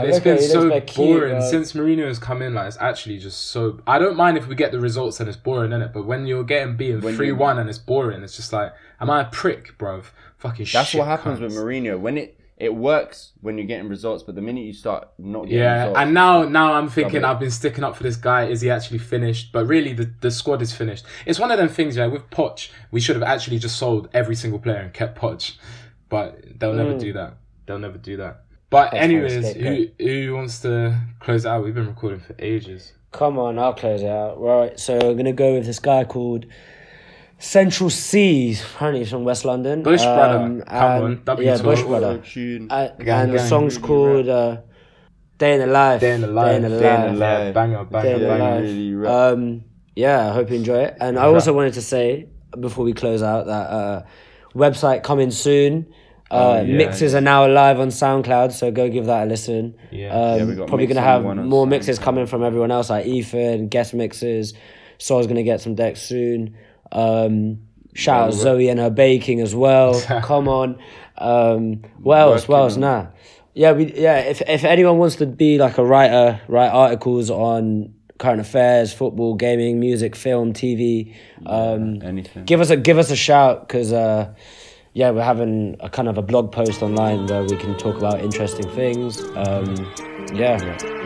B: it's
C: Oh, look
B: been
C: at you,
B: so
C: look at you,
B: boring
C: bruv.
B: since Mourinho has come in. Like, it's actually just so. I don't mind if we get the results and it's boring, innit? But when you're getting beaten
D: When you-
B: three one and it's boring, it's just like, am I a prick, bruv? Fucking shit.
D: That's what happens
B: cunts.
D: with Mourinho. When it it works when you're getting results, but the minute you start not getting
B: Yeah,
D: results,
B: and now now I'm thinking
D: Double.
B: I've been sticking up for this guy. Is he actually finished? But really, the, the squad is finished. It's one of them things. Yeah, with Poch, we should have actually just sold every single player and kept Poch, but they'll never do that. They'll never do that. But
C: That's
B: anyways,
C: fine,
B: who who wants to close it out? We've been recording for ages.
C: Come on, I'll close it out. Right, so we're gonna go with this guy called Central C. Apparently, he's from West London. Um,
B: Bush brother, come
C: and-
B: on,
C: yeah,
B: W12.
C: Bush
D: Auto
C: brother.
D: tune.
C: Uh,
B: Gang,
C: and the
B: gang.
C: song's called uh, "Day in the Life."
B: Day in the life.
C: Day in the
D: Day in the
C: Life.
D: Life.
B: Yeah, banger,
C: Day
B: banger,
C: in the
B: banger.
C: Life.
D: really rap.
C: Um, yeah, I hope you enjoy it. And I also wanted to say before we close out that uh, website coming soon. Uh,
D: yeah.
C: Mixes are now live on SoundCloud, so go give that a listen.
B: Yeah.
C: um,
D: Yeah, we got
C: probably
D: Mix
C: gonna have
D: and one on
C: more mixes
D: SoundCloud.
C: coming from everyone else, like Ethan, guest mixes. Sol's gonna get some decks soon. Um, shout out Zoe and her baking as well. Come on, um, what else? What
D: Working
C: else?
D: on-
C: Nah, yeah, we yeah. If if anyone wants to be like a writer, write articles on current affairs, football, gaming, music, film, TV. Um,
D: Anything.
C: give us a give us a shout because uh, yeah, we're having a kind of a blog post online where we can talk about interesting things. Um, yeah.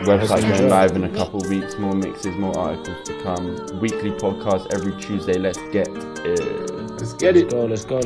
D: Website
C: Listen,
D: going
C: sure.
D: live in a couple weeks. More mixes, more articles to come. Weekly podcast every Tuesday. Let's get it.
B: Let's get it.
C: Let's go, let's go, let's